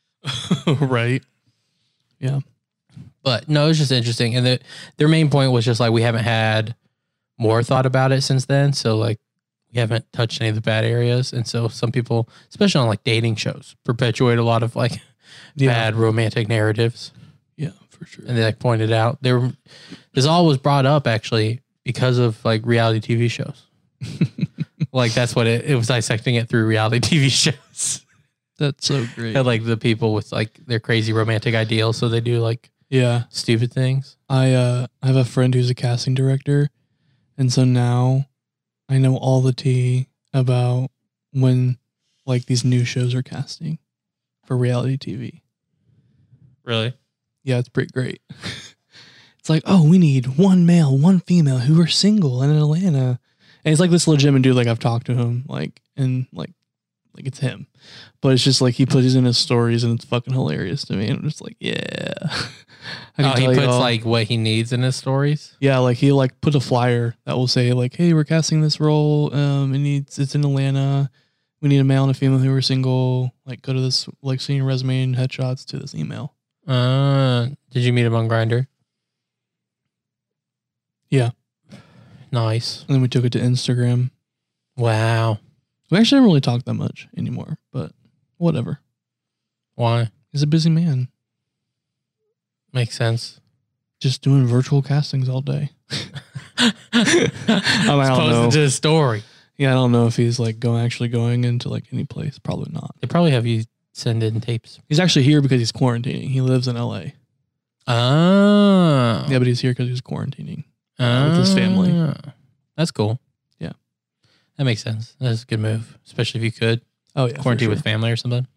Speaker 3: right.
Speaker 2: But no, it's just interesting, and the, their main point was just like we haven't had more thought about it since then. So like we haven't touched any of the bad areas, and so some people, especially on like dating shows, perpetuate a lot of like bad romantic narratives.
Speaker 3: yeah, for sure.
Speaker 2: and they like pointed out there were- this all was brought up actually because of like reality TV shows. like that's what it, it was dissecting it through reality TV shows.
Speaker 3: That's so great.
Speaker 2: and like the people with like their crazy romantic ideals, so they do like
Speaker 3: Yeah,
Speaker 2: stupid things.
Speaker 3: I uh, I have a friend who's a casting director, and so now I know all the tea about when like these new shows are casting for reality TV.
Speaker 2: Really?
Speaker 3: Yeah, it's pretty great. it's like, oh, we need one male, one female who are single and in Atlanta. And it's like this legitimate dude, like I've talked to him, like and like like it's him. But it's just like he puts in his stories and it's fucking hilarious to me. And I'm just like, yeah. I can
Speaker 2: Oh, he
Speaker 3: tell
Speaker 2: puts
Speaker 3: y'all-
Speaker 2: like what he needs in his stories.
Speaker 3: Yeah, like he like put a flyer that will say like, "Hey, we're casting this role. Um, it needs it's in Atlanta. We need a male and a female who are single. Like, go to this like senior resume and headshots to this email."
Speaker 2: Uh, did you meet him on Grinder?
Speaker 3: Yeah.
Speaker 2: Nice.
Speaker 3: And then we took it to Instagram.
Speaker 2: Wow.
Speaker 3: We actually don't really talk that much anymore, but whatever.
Speaker 2: Why?
Speaker 3: He's a busy man,
Speaker 2: Makes sense.
Speaker 3: just doing virtual castings all day.
Speaker 2: It's
Speaker 3: don't know.
Speaker 2: posted to his story.
Speaker 3: Yeah, I don't know if he's like going actually going into like any place. Probably not.
Speaker 2: They probably have you send in tapes.
Speaker 3: He's actually here because he's quarantining. He lives in LA.
Speaker 2: Oh.
Speaker 3: Yeah, but he's here because he's quarantining. with his family.
Speaker 2: Ah. That's cool.
Speaker 3: Yeah.
Speaker 2: That makes sense. That's a good move, especially if you could
Speaker 3: Oh yeah, for
Speaker 2: quarantine
Speaker 3: sure.
Speaker 2: with family or something.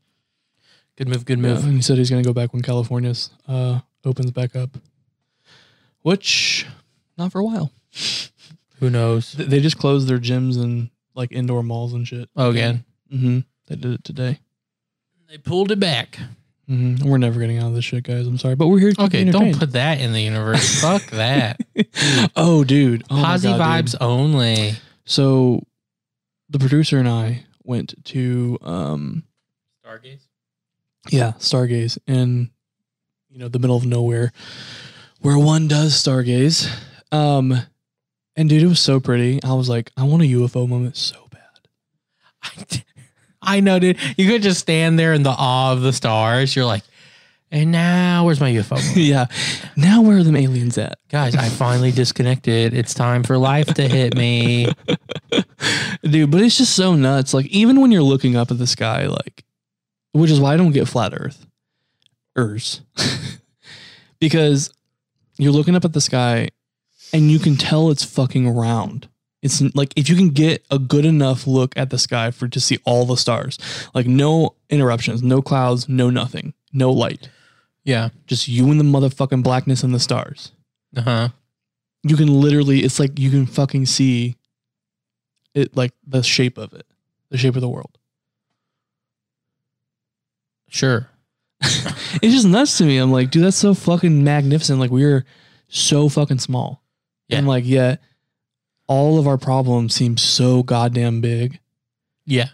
Speaker 2: Good move, good
Speaker 3: Yeah,
Speaker 2: move.
Speaker 3: and he said he's going to go back when California's uh, opens back up, which not for a while.
Speaker 2: Who knows?
Speaker 3: Th- They just closed their gyms and like indoor malls and shit.
Speaker 2: Oh, again.
Speaker 3: Mm-hmm. They did it today.
Speaker 2: They pulled it back.
Speaker 3: Mm-hmm. We're never getting out of this shit, guys. I'm sorry, but we're here. To
Speaker 2: Okay, don't put that in the universe. Fuck that.
Speaker 3: put. oh, dude. Oh, my
Speaker 2: Positive
Speaker 3: God, dude.
Speaker 2: vibes only.
Speaker 3: So, the producer and I went to um,
Speaker 2: Stargaze.
Speaker 3: yeah, stargaze in you know the middle of nowhere where one does stargaze. Um and dude, it was so pretty. I was like, I want a UFO moment so bad.
Speaker 2: I know, dude. You could just stand there in the awe of the stars. You're like, and now where's my UFO? moment?"
Speaker 3: yeah. Now where are them aliens at?
Speaker 2: Guys, I finally disconnected. It's time for life to hit me.
Speaker 3: Dude, but it's just so nuts. Like even when you're looking up at the sky, like which is why I don't get flat earth. Ers. because you're looking up at the sky and you can tell it's fucking round. It's n- like if you can get a good enough look at the sky for to see all the stars, like no interruptions, no clouds, no nothing, no light,
Speaker 2: Yeah.
Speaker 3: just you and the motherfucking blackness and the stars.
Speaker 2: Uh huh.
Speaker 3: You can literally, it's like you can fucking see it, like the shape of it, the shape of the world.
Speaker 2: Sure.
Speaker 3: It's just nuts to me. I'm like, dude, that's so fucking magnificent. Like we're so fucking small.
Speaker 2: Yeah.
Speaker 3: And like yet all of our problems seem so goddamn big.
Speaker 2: Yeah.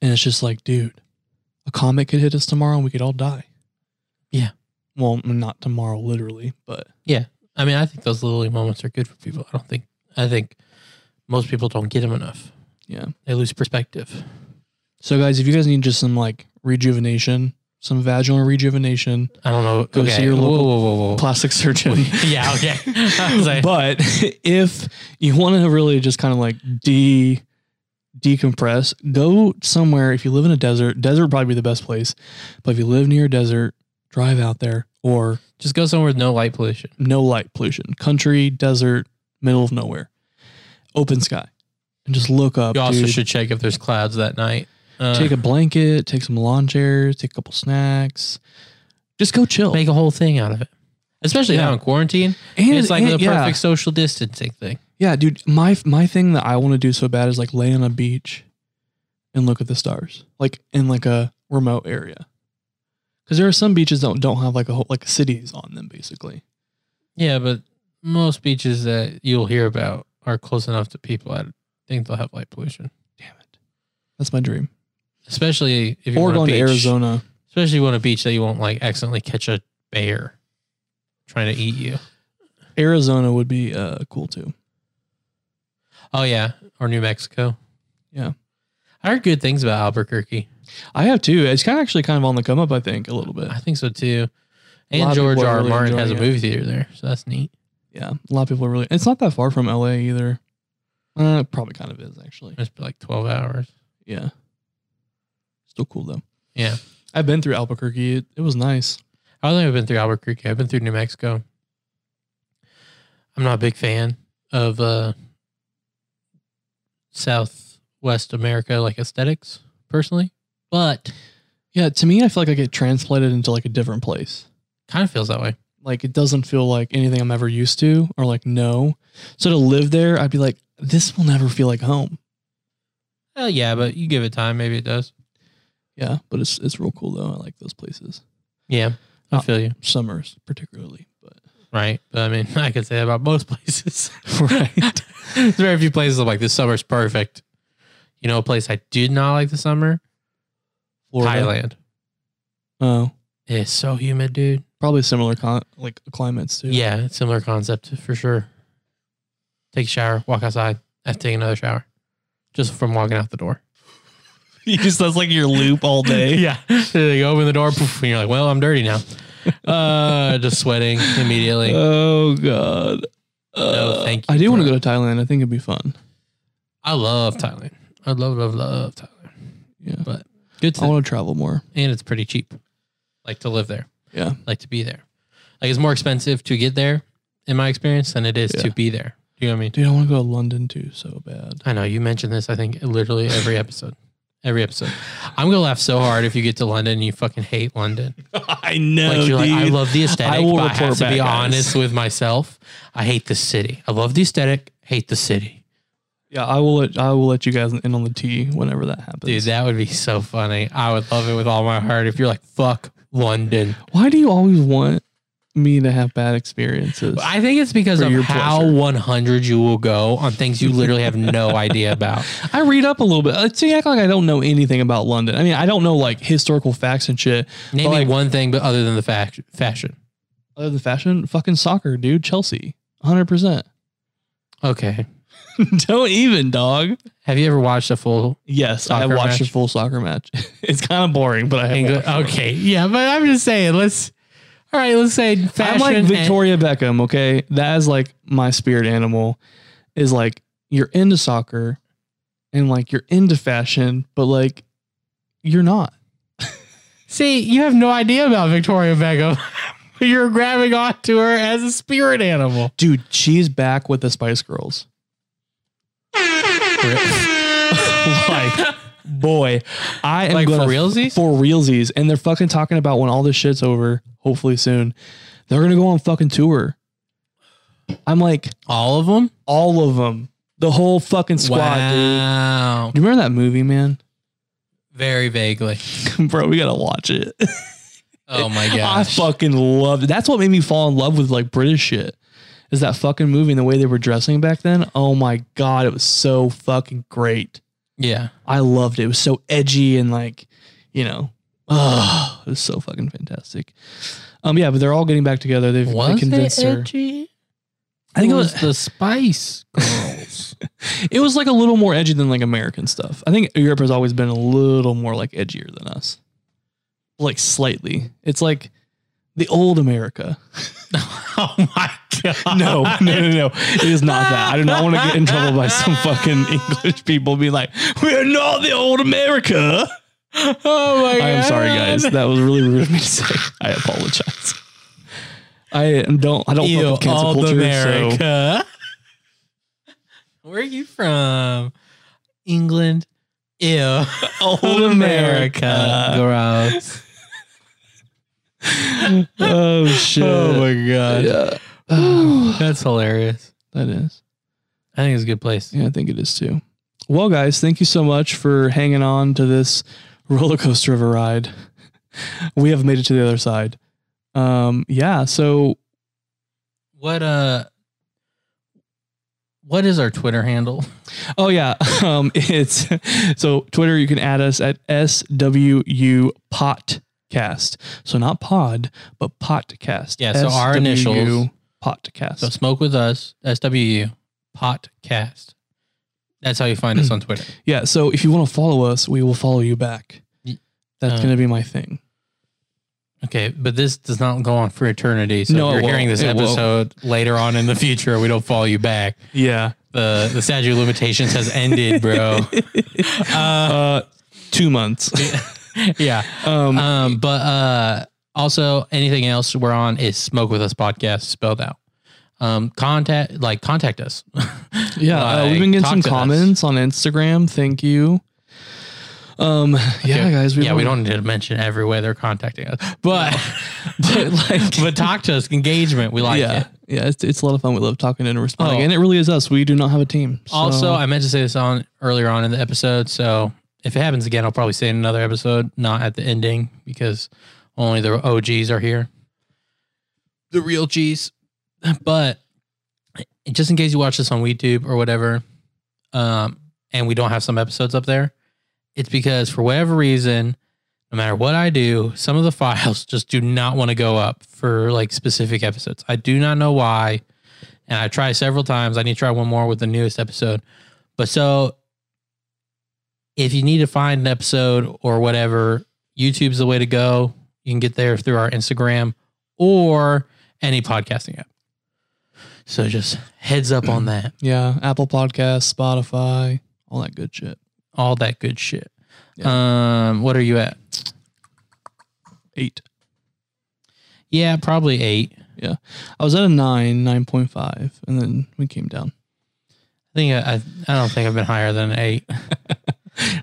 Speaker 3: And it's just like, dude, a comet could hit us tomorrow and we could all die.
Speaker 2: Yeah.
Speaker 3: Well, not tomorrow, literally, but
Speaker 2: I mean, I think those little moments are good for people. I don't think, I think most people don't get them enough.
Speaker 3: Yeah.
Speaker 2: They lose perspective.
Speaker 3: so guys, if you guys need just some like rejuvenation, some vaginal rejuvenation,
Speaker 2: I don't know.
Speaker 3: Go see your
Speaker 2: whoa,
Speaker 3: local
Speaker 2: whoa, whoa, whoa, whoa.
Speaker 3: plastic surgeon.
Speaker 2: yeah. Okay. I was like,
Speaker 3: but if you want to really just kind of like de decompress, go somewhere. If you live in a desert, desert would probably be the best place. But if you live near a desert, drive out there or
Speaker 2: just go somewhere with no light pollution.
Speaker 3: no light pollution, country, desert, middle of nowhere, open sky, and just look up.
Speaker 2: You also
Speaker 3: dude.
Speaker 2: should check if there's clouds that night. Uh,
Speaker 3: take a blanket, take some lawn chairs, take a couple snacks. Just go chill.
Speaker 2: make a whole thing out of it, especially
Speaker 3: Yeah.
Speaker 2: now in quarantine.
Speaker 3: and
Speaker 2: it's like
Speaker 3: and-
Speaker 2: the perfect
Speaker 3: yeah.
Speaker 2: social distancing thing.
Speaker 3: Yeah, dude, my my thing that I want to do so bad is like lay on a beach and look at the stars, like in like a remote area, because there are some beaches that don't have like a whole like cities on them, basically.
Speaker 2: Yeah, but most beaches that you'll hear about are close enough to people. I think they'll have light pollution,
Speaker 3: Damn it, that's my dream.
Speaker 2: especially if you
Speaker 3: Or
Speaker 2: want a
Speaker 3: going to
Speaker 2: beach-
Speaker 3: Arizona.
Speaker 2: Especially you want a beach that you won't like accidentally catch a bear trying to eat you.
Speaker 3: Arizona would be uh cool too.
Speaker 2: Oh yeah, or New Mexico.
Speaker 3: Yeah.
Speaker 2: I heard good things about Albuquerque.
Speaker 3: I have too. It's kind of actually kind of on the come up, I think, a little bit.
Speaker 2: I think so too.
Speaker 3: A lot
Speaker 2: And
Speaker 3: of
Speaker 2: George
Speaker 3: people are
Speaker 2: R. R.
Speaker 3: really
Speaker 2: Martin has a
Speaker 3: enjoying
Speaker 2: movie theater there, so that's neat.
Speaker 3: Yeah, a lot of people are really. It's not that far from LA either. Uh, it probably kind of is actually.
Speaker 2: It's like twelve hours.
Speaker 3: Yeah, still cool though.
Speaker 2: Yeah.
Speaker 3: I've been through Albuquerque. It, it was nice.
Speaker 2: I don't think I've been through Albuquerque. I've been through New Mexico. I'm not a big fan of uh, Southwest America like aesthetics personally, but
Speaker 3: Yeah, to me, I feel like I get transplanted into like a different place.
Speaker 2: kind of feels that way.
Speaker 3: Like it doesn't feel like anything I'm ever used to, or like no. So to live there, I'd be like, this will never feel like home.
Speaker 2: Oh yeah, but you give it time, maybe it does.
Speaker 3: Yeah, but it's it's real cool though. I like those places.
Speaker 2: Yeah, I
Speaker 3: Oh.
Speaker 2: feel you.
Speaker 3: Summers particularly, but
Speaker 2: Right, but I mean, I could say that about most places.
Speaker 3: right.
Speaker 2: There's very few places I'm like this summer's perfect. You know, a place I did not like the summer, Thailand.
Speaker 3: Oh,
Speaker 2: It's so humid, dude.
Speaker 3: probably similar con- like climates too.
Speaker 2: Yeah, it's similar concept for sure. Take a shower, walk outside, have to take another shower just from walking out the door.
Speaker 3: you just that's like your loop all day.
Speaker 2: Yeah. you open the door, poof, and you're like, well, I'm dirty now. Uh, just sweating immediately.
Speaker 3: Oh god. Uh,
Speaker 2: No, thank you
Speaker 3: I do
Speaker 2: for
Speaker 3: want to go
Speaker 2: that.
Speaker 3: to Thailand. I think it'd be fun.
Speaker 2: I love Thailand. I love, love, love Thailand.
Speaker 3: Yeah.
Speaker 2: But Good
Speaker 3: I
Speaker 2: to,
Speaker 3: want to travel more.
Speaker 2: and it's pretty cheap, like to live there,
Speaker 3: Yeah.
Speaker 2: like to be there. Like it's more expensive to get there, in my experience, than it is to
Speaker 3: Yeah.
Speaker 2: be there. Do you know what I mean?
Speaker 3: Dude, I want to go to London too so bad.
Speaker 2: I know you mentioned this. I think literally every episode, every episode. I'm gonna laugh so hard if you get to London and you fucking hate London.
Speaker 3: I know.
Speaker 2: Like you're like, I love the aesthetic.
Speaker 3: I will
Speaker 2: but I have
Speaker 3: report
Speaker 2: to be
Speaker 3: back, guys.
Speaker 2: honest with myself. I hate the city. I love the aesthetic. Hate the city,
Speaker 3: Yeah, I will let I will let you guys in on the tea whenever that happens.
Speaker 2: dude. That would be so funny. I would love it with all my heart. If you're like, fuck London.
Speaker 3: Why do you always want me to have bad experiences?
Speaker 2: I think it's because
Speaker 3: For
Speaker 2: of
Speaker 3: your
Speaker 2: how
Speaker 3: pleasure.
Speaker 2: 100 you will go on things you literally have no idea about.
Speaker 3: I read up a little bit. Let's see, act like I don't know anything about London. I mean, I don't know like historical facts and shit.
Speaker 2: Name
Speaker 3: Like-
Speaker 2: me one thing, but other than the fact fashion.
Speaker 3: Other than fashion, fucking soccer, dude. Chelsea, hundred percent.
Speaker 2: Okay.
Speaker 3: Don't even, dog.
Speaker 2: Have you ever watched a full
Speaker 3: Yes, I have
Speaker 2: Soccer
Speaker 3: watched
Speaker 2: match?
Speaker 3: a full soccer match. it's kind of boring, but I have.
Speaker 2: England.
Speaker 3: watched it.
Speaker 2: Okay, yeah, but I'm just saying. Let's. All right, let's say fashion.
Speaker 3: I'm like
Speaker 2: and-
Speaker 3: Victoria Beckham. Okay, that is like my spirit animal. Is like you're into soccer, and like you're into fashion, but like you're not.
Speaker 2: see, you have no idea about Victoria Beckham. You're grabbing onto her as a spirit animal.
Speaker 3: Dude, she's back with the Spice Girls. like, boy, I am
Speaker 2: Like, for
Speaker 3: gonna,
Speaker 2: realsies?
Speaker 3: For realsies, and they're fucking talking about when all this shit's over. Hopefully soon, they're gonna go on fucking tour. I'm like
Speaker 2: All of them.
Speaker 3: all of them, the whole fucking squad, dude.
Speaker 2: wow.
Speaker 3: Do you remember that movie, man?
Speaker 2: Very vaguely.
Speaker 3: Bro, we gotta watch it.
Speaker 2: Oh my
Speaker 3: I
Speaker 2: gosh.
Speaker 3: fucking love it. That's what made me fall in love with like British shit. Is that fucking movie and the way they were dressing back then? Oh my god, it was so fucking great.
Speaker 2: Yeah.
Speaker 3: I loved it. It was so edgy and like, you know, oh, it was so fucking fantastic. Um, yeah, but they're all getting back together. They've they
Speaker 2: Was
Speaker 3: convinced
Speaker 2: it
Speaker 3: her.
Speaker 2: edgy?
Speaker 3: I think it was
Speaker 2: the Spice Girls.
Speaker 3: it was like a little more edgy than like American stuff. I think Europe has always been a little more like edgier than us, like slightly. It's like the old America.
Speaker 2: oh my god.
Speaker 3: No, no, no, no. It is not that. I do not want to get in trouble by some fucking English people being like, we're not the old America.
Speaker 2: Oh my god.
Speaker 3: I am sorry, guys. That was really rude of me to say. I apologize. I don't. I don't fuck
Speaker 2: Ew,
Speaker 3: with cancel
Speaker 2: old
Speaker 3: culture. So
Speaker 2: America. Where are you from? England. Ew. Old America. Gross.
Speaker 3: oh shit.
Speaker 2: my god.
Speaker 3: yeah,
Speaker 2: That's hilarious.
Speaker 3: that is.
Speaker 2: I think it's a good place.
Speaker 3: Yeah, I think it is too. Well, guys, thank you so much for hanging on to this roller coaster of a ride. We have made it to the other side. Um, yeah. So
Speaker 2: What uh what is our Twitter handle?
Speaker 3: Oh yeah, um, it's so Twitter. You can add us at SWU Podcast. So not pod, but podcast.
Speaker 2: Yeah, so our initials-
Speaker 3: SWU Podcast.
Speaker 2: So smoke with us, SWU podcast. That's how you find us on Twitter.
Speaker 3: Yeah. So if you want to follow us, we will follow you back.
Speaker 2: Ye-
Speaker 3: That's
Speaker 2: uh,
Speaker 3: going to be my thing.
Speaker 2: Okay, but this does not go on for eternity. So
Speaker 3: No,
Speaker 2: if
Speaker 3: it
Speaker 2: you're
Speaker 3: won't.
Speaker 2: hearing this
Speaker 3: It won't.
Speaker 2: episode later on in the future, we don't follow you back.
Speaker 3: Yeah.
Speaker 2: The the statute of limitations has ended, bro. uh,
Speaker 3: Uh, two months.
Speaker 2: yeah.
Speaker 3: um,
Speaker 2: Um, but uh, also anything else we're on is Smoke with Us podcast spelled out. Um, contact like contact us.
Speaker 3: yeah. uh,
Speaker 2: like,
Speaker 3: we've been getting
Speaker 2: talk
Speaker 3: some
Speaker 2: to us.
Speaker 3: comments on Instagram. Thank you. Um, yeah,
Speaker 2: Okay.
Speaker 3: guys.
Speaker 2: yeah, we don't need to mention every way they're contacting us, but
Speaker 3: But like,
Speaker 2: but talk to us, engagement. We like
Speaker 3: yeah.
Speaker 2: it.
Speaker 3: Yeah, it's, it's a lot of fun. We love talking and responding,
Speaker 2: Oh.
Speaker 3: and it really is us. We do not have a team. So.
Speaker 2: Also, I meant to say this on earlier on in the episode. So if it happens again, I'll probably say it in another episode, not at the ending, because only the OGs are here, the real Gs. But just in case you watch this on YouTube or whatever, um, and we don't have some episodes up there, it's because for whatever reason, no matter what I do, some of the files just do not want to go up for like specific episodes. I do not know why and I try several times. I need to try one more with the newest episode. But so if you need to find an episode or whatever, YouTube's the way to go. You can get there through our Instagram or any podcasting app. So just heads up on that.
Speaker 3: yeah, Apple Podcasts, Spotify, all that good shit.
Speaker 2: All that good shit. Um, what are you at?
Speaker 3: Eight.
Speaker 2: Yeah, probably eight.
Speaker 3: I was at a nine, nine point five, and then we came down.
Speaker 2: I think I, I, I don't think I've been higher than an eight.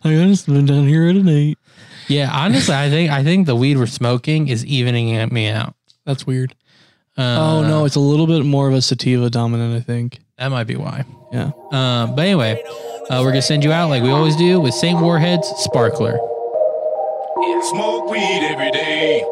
Speaker 3: I just been down here at an eight.
Speaker 2: Yeah, honestly, I think I think the weed we're smoking is evening me out.
Speaker 3: That's weird.
Speaker 2: Uh,
Speaker 3: oh no, it's a little bit more of a sativa dominant, I think.
Speaker 2: that might be why.
Speaker 3: Yeah.
Speaker 2: Um, but anyway, uh, we're gonna send you out like we always do with Saint Warhead's Sparkler.
Speaker 4: Smoke weed every day.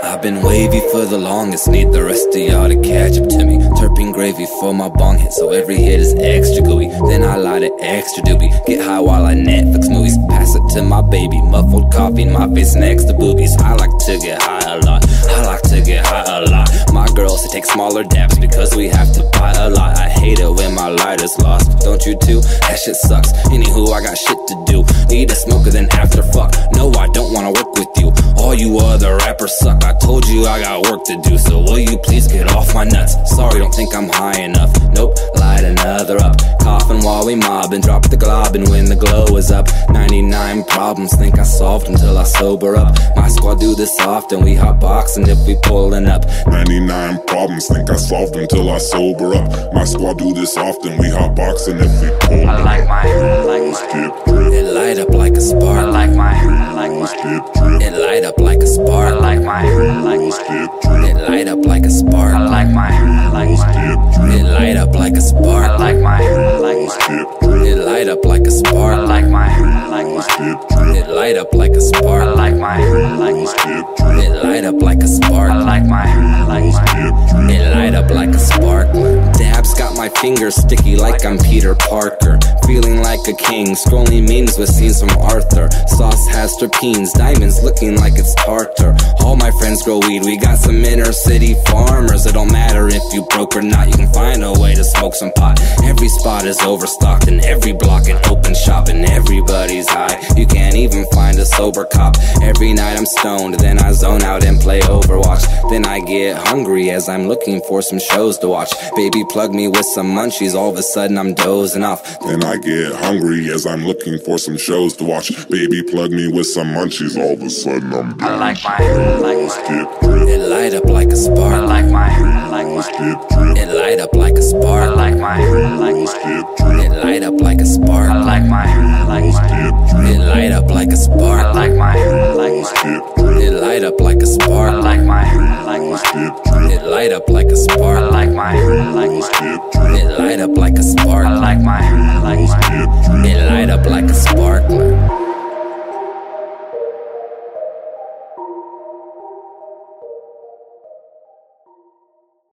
Speaker 5: I've been wavy for the longest, need the rest of y'all to catch up to me. Turpin gravy for my bong hit, so every hit is extra gooey. Then I light an extra doobie, get high while I Netflix movies. Pass it to my baby, muffled coffee, in my face next to boobies. I like to get high a lot, I like to get high a lot. My girls to take smaller dabs because we have to buy a lot. I hate it when my lighter's lost, don't you too? That shit sucks. Anywho, I got shit to do. Need a smoker, then after fuck. No, I don't wanna work with you. All you other rappers suck. I told you I got work to do, so will you please get off my nuts? Sorry, don't think I'm high enough. Nope, light another up. Coughing while we mobbing, drop the glob, and when the glow is up, 99 problems think I solved until I sober up. My squad do this often, we hot boxing if we pulling up.
Speaker 1: 99 problems, think I solved them till I sober up. My squad do this often, we hot boxing if we pull. I
Speaker 5: like my- I like my-
Speaker 1: Skip drip,
Speaker 5: It light up like a spark. my,
Speaker 1: skip drip,
Speaker 5: It light up like a spark. my,
Speaker 1: skip drip,
Speaker 5: It light up like a spark.
Speaker 6: my,
Speaker 1: skip
Speaker 5: It
Speaker 1: drip,
Speaker 5: light up like a spark.
Speaker 6: my,
Speaker 1: skip drip,
Speaker 5: It light up like a spark.
Speaker 6: my,
Speaker 1: skip drip,
Speaker 5: It light up like a spark.
Speaker 6: my,
Speaker 1: skip drip,
Speaker 5: It light up like a spark.
Speaker 6: my,
Speaker 1: skip drip.
Speaker 5: It light up like a spark. Dabs got my fingers sticky like I'm Peter Parker. Feeling like a king, scrolling memes with scenes from Arthur. Sauce has terpenes, diamonds looking like it's tartar. All my friends grow weed, we got some inner city farmers. It don't matter if you broke or not, you can find a way to smoke some pot. Every spot is overstocked, and every block an open shop, and everybody's high. You can't even find a sober cop. Every night I'm stoned, then I zone out and play Overwatch. Then I get hungry as I'm looking for some shows to watch. Baby, plug me with some munchies, all of a sudden I'm dozing off.
Speaker 1: Then I get hungry as I'm looking for some shows to watch. Baby, plug me with some munchies. All of a sudden, I'm down.
Speaker 6: like my,
Speaker 1: Skip drip,
Speaker 5: It light up like a spark.
Speaker 6: like my,
Speaker 1: skip drip,
Speaker 5: It light up like a spark.
Speaker 6: like my,
Speaker 1: skip drip,
Speaker 5: It light up like a spark.
Speaker 6: like my, like my,
Speaker 1: skip drip,
Speaker 5: It light up like a spark.
Speaker 6: like my, like my,
Speaker 1: skip drip,
Speaker 5: It light up like a spark.
Speaker 6: like my, like my,
Speaker 1: skip drip,
Speaker 5: It light up like a spark.
Speaker 6: like my, like my,
Speaker 1: skip drip,
Speaker 5: It light up like a spark.
Speaker 6: like my,